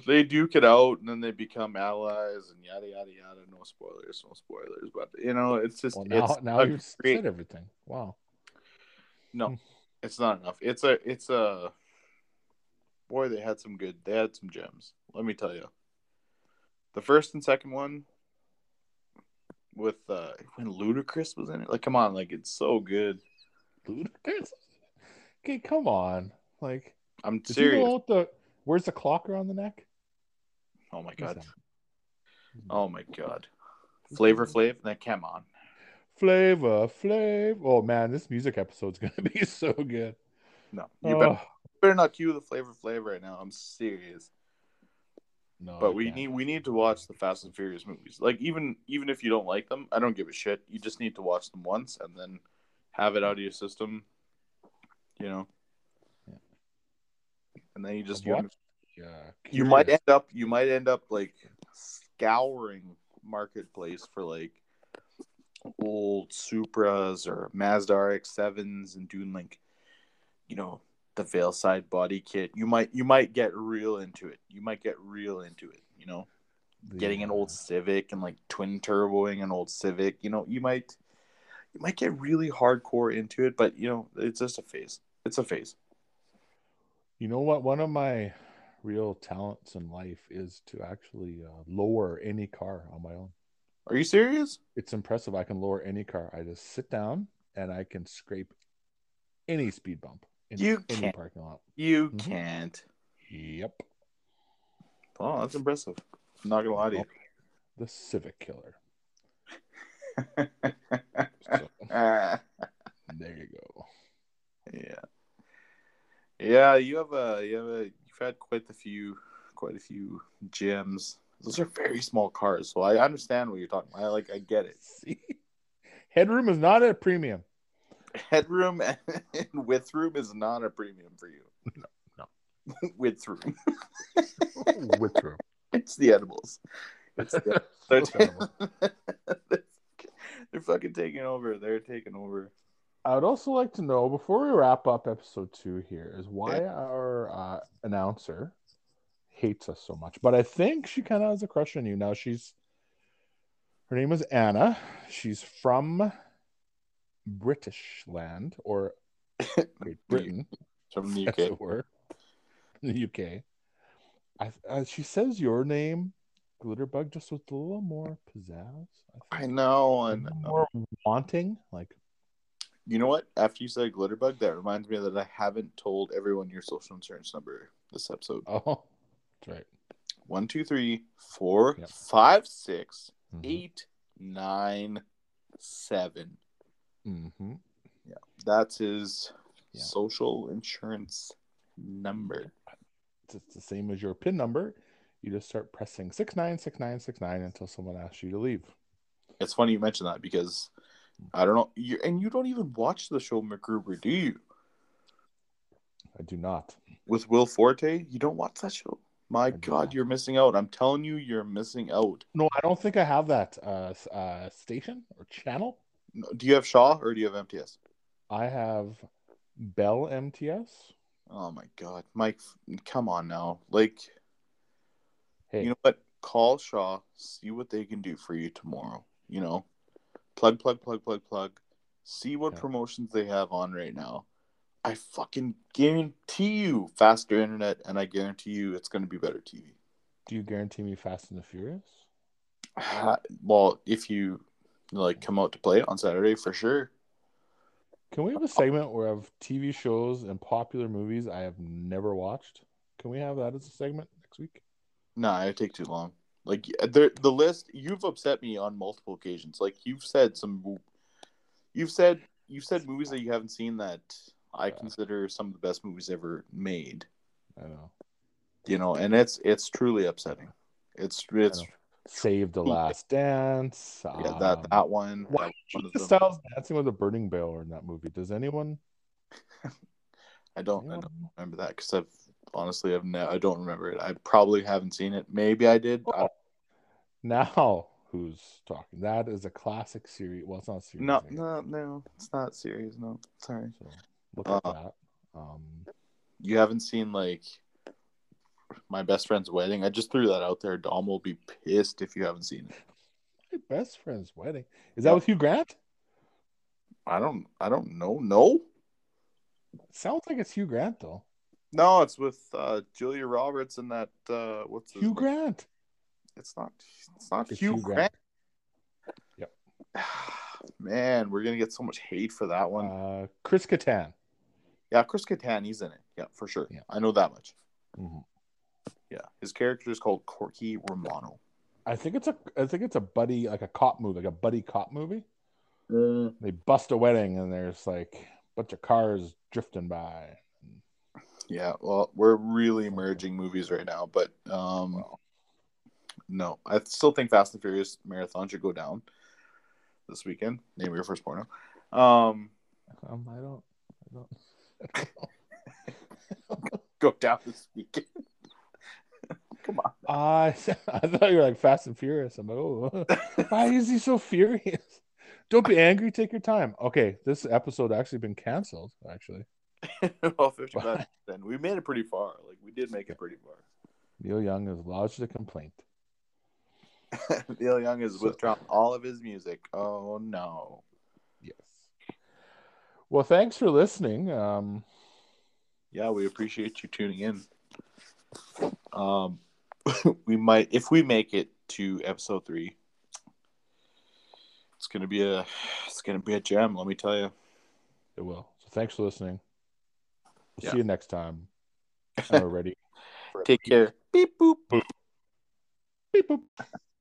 S3: They duke it out, and then they become allies, and yada yada yada. No spoilers, no spoilers. But you know, it's just
S2: Well, now,
S3: it's
S2: now
S3: a
S2: you've
S3: great-
S2: said everything. Wow.
S3: no, it's not enough. It's a it's a boy. They had some good. They had some gems. Let me tell you. The first and second one with uh when Ludacris was in it. Like, come on, like it's so good.
S2: Ludicrous. Okay, come on. Like,
S3: I'm
S2: does he
S3: serious.
S2: know what the? Where's the clock around the neck?
S3: Oh my
S2: What is
S3: god.
S2: that?
S3: Oh my god. Flavor Flav. Now come on.
S2: Flavor, Flav. Oh man, this music episode's *laughs* gonna be so good.
S3: No,
S2: Oh.
S3: you better, better not cue the Flavor Flav right now. I'm serious.
S2: no, I
S3: But we
S2: can't.
S3: need we need to watch the Fast and Furious movies. Like even even if you don't like them, I don't give a shit. You just need to watch them once and then have it out of your system. You know.
S2: Yeah.
S3: And then you just
S2: I've
S3: you,
S2: watched, yeah,
S3: you might
S2: curious.
S3: end up you might end up like scouring marketplace for like old Supras or Mazda RX-7s and doing like you know the veil side body kit. You might you might get real into it. You might get real into it, you know
S2: The,
S3: getting an old
S2: uh,
S3: Civic and like twin turboing an old Civic. You know, you might you might get really hardcore into it, but you know, it's just a phase. It's a phase.
S2: You know what? One of my real talents in life is to actually uh, lower any car on my own.
S3: Are you serious?
S2: It's impressive. I can lower any car. I just sit down and I can scrape any speed bump in
S3: You
S2: any
S3: can't.
S2: parking lot.
S3: You
S2: Mhm.
S3: can't.
S2: Yep,
S3: Oh, that's impressive. I'm not gonna lie to
S2: Oh, the Civic
S3: *laughs*
S2: Killer.
S3: Oh. you.
S2: So,
S3: *laughs* Ah,
S2: there you go.
S3: yeah. Yeah, you have a you have a you've had quite a few quite a few gems. Those are very small cars, so I understand what you're talking about. I like I get it. *laughs*
S2: See, headroom is not a premium.
S3: headroom *laughs* and width room is not a premium for you.
S2: No,
S3: no. *laughs* width room.
S2: With room.
S3: It's the edibles.
S2: *laughs*
S3: It's the,
S2: So
S3: they're,
S2: terrible.
S3: *laughs* they're fucking taking over. They're taking over.
S2: I would also like to know before we wrap up episode two here is why our uh, announcer hates us so much. But I think she kind of has a crush on you now. She's her name is Anna. She's from British land
S3: *coughs*
S2: or Great
S3: *laughs*
S2: Britain,
S3: From the
S2: as
S3: UK.
S2: it were, the UK. I, uh, she says your name, Glitterbug, just with a little more pizzazz. I,
S3: *laughs* I
S2: think.
S3: know.
S2: A
S3: And
S2: little more wanting, like
S3: you know what? After you said Glitterbug, that reminds me that I haven't told everyone your social insurance number this episode.
S2: *laughs* oh, that's right.
S3: One, two, three, four,
S2: Yep.
S3: five, six,
S2: Mhm.
S3: eight, nine, seven.
S2: Mm-hmm.
S3: That's his
S2: Yeah.
S3: social insurance number.
S2: It's it's the same as your PIN number. You just start pressing six nine six nine six nine until someone asks you to leave.
S3: It's funny you mention that because I don't know, you, and you don't even watch the show MacGruber, do you?
S2: I do not.
S3: With Will Forte, you don't watch that show. My
S2: I do
S3: God,
S2: not.
S3: you're missing out. I'm telling you, you're missing out.
S2: No, I don't think I have that uh, s- uh, station or channel.
S3: No, Do you have Shaw or do you have MTS?
S2: I have Bell MTS.
S3: Oh my God, Mike, come on now. Like,
S2: Hey,
S3: you know what? Call Shaw, see what they can do for you tomorrow. You know, plug, plug, plug, plug, plug. See what
S2: Yeah.
S3: promotions they have on right now. I fucking guarantee you faster internet, and I guarantee you it's going to be better TV.
S2: do you guarantee me Fast and the Furious?
S3: Ha- *sighs* well, if you like come out to play it on Saturday for sure.
S2: Can
S3: Uh,
S2: we have a segment where of TV shows and popular movies I have never watched? Can we have that as a segment next week?
S3: Nah, it take too long. Like the the list, you've upset me on multiple occasions. Like you've said some, you've said you've said movies that you haven't seen that I
S2: Yeah.
S3: consider some of the best movies ever made.
S2: I know.
S3: You know, and it's it's truly upsetting. It's it's
S2: Save the Last Dance.
S3: yeah, that
S2: um,
S3: that one.
S2: why
S3: that one of
S2: the
S3: them.
S2: Styles dancing with a burning barrel in that movie. Does anyone?
S3: Oh, I don't I
S2: anyone
S3: don't
S2: know?
S3: remember that because I've honestly I've no, I don't remember it. I probably haven't seen it. Maybe I did. I don't
S2: Now who's talking? That is a classic series. Well, it's not a series.
S3: No,
S2: I guess.
S3: no, no. It's not serious. No, sorry.
S2: So look at
S3: Uh,
S2: that. Um,
S3: You haven't seen like my best friend's wedding. I just threw that out there. Dom will be pissed if you haven't seen it.
S2: my best friend's wedding is
S3: Yeah.
S2: that with Hugh Grant?
S3: I don't. I don't know. No,
S2: Sounds like it's Hugh Grant though.
S3: no. It's with uh, Julia Roberts and that. Uh, what's his
S2: Hugh
S3: name?
S2: Grant.
S3: It's not. It's not
S2: It's
S3: Hugh, Grant.
S2: Yep.
S3: *sighs* Man, we're gonna get so much hate for that one.
S2: Uh, Chris Kattan.
S3: yeah, Chris Kattan. He's in it. Yeah, for sure.
S2: Yeah.
S3: I know that much.
S2: Mhm.
S3: Yeah, his character is called Corky Romano.
S2: I think it's a I think it's a buddy like a cop movie, like a buddy cop movie.
S3: Mm.
S2: They bust a wedding and there's like a bunch of cars drifting by.
S3: Yeah, well, we're really merging movies right now, but um, no, I still think Fast and Furious marathon should go down this weekend. Name your first porno. Um,
S2: Um, I don't I don't
S3: go down this weekend. *laughs* Come on.
S2: I *laughs* I thought you were like Fast and Furious. I'm like, oh, why is he so furious? *laughs* Don't be angry. Take your time. Okay, this episode actually been canceled. Actually,
S3: well, 55 then. We made it pretty far. Like, we did make it pretty far.
S2: Neil Young has lodged a complaint.
S3: Neil Young has
S2: So-
S3: withdrawn all of his music. Oh, no.
S2: Yes. Well, thanks for listening. Um,
S3: Yeah, we appreciate you tuning in. Um, *laughs* we might, if we make it to episode three, it's gonna be a, it's gonna be a gem. Let me tell you.
S2: it will. So thanks for listening. We'll
S3: Yeah.
S2: see you next time. And we're ready.
S3: Take care. Beep boop.
S2: Beep, boop.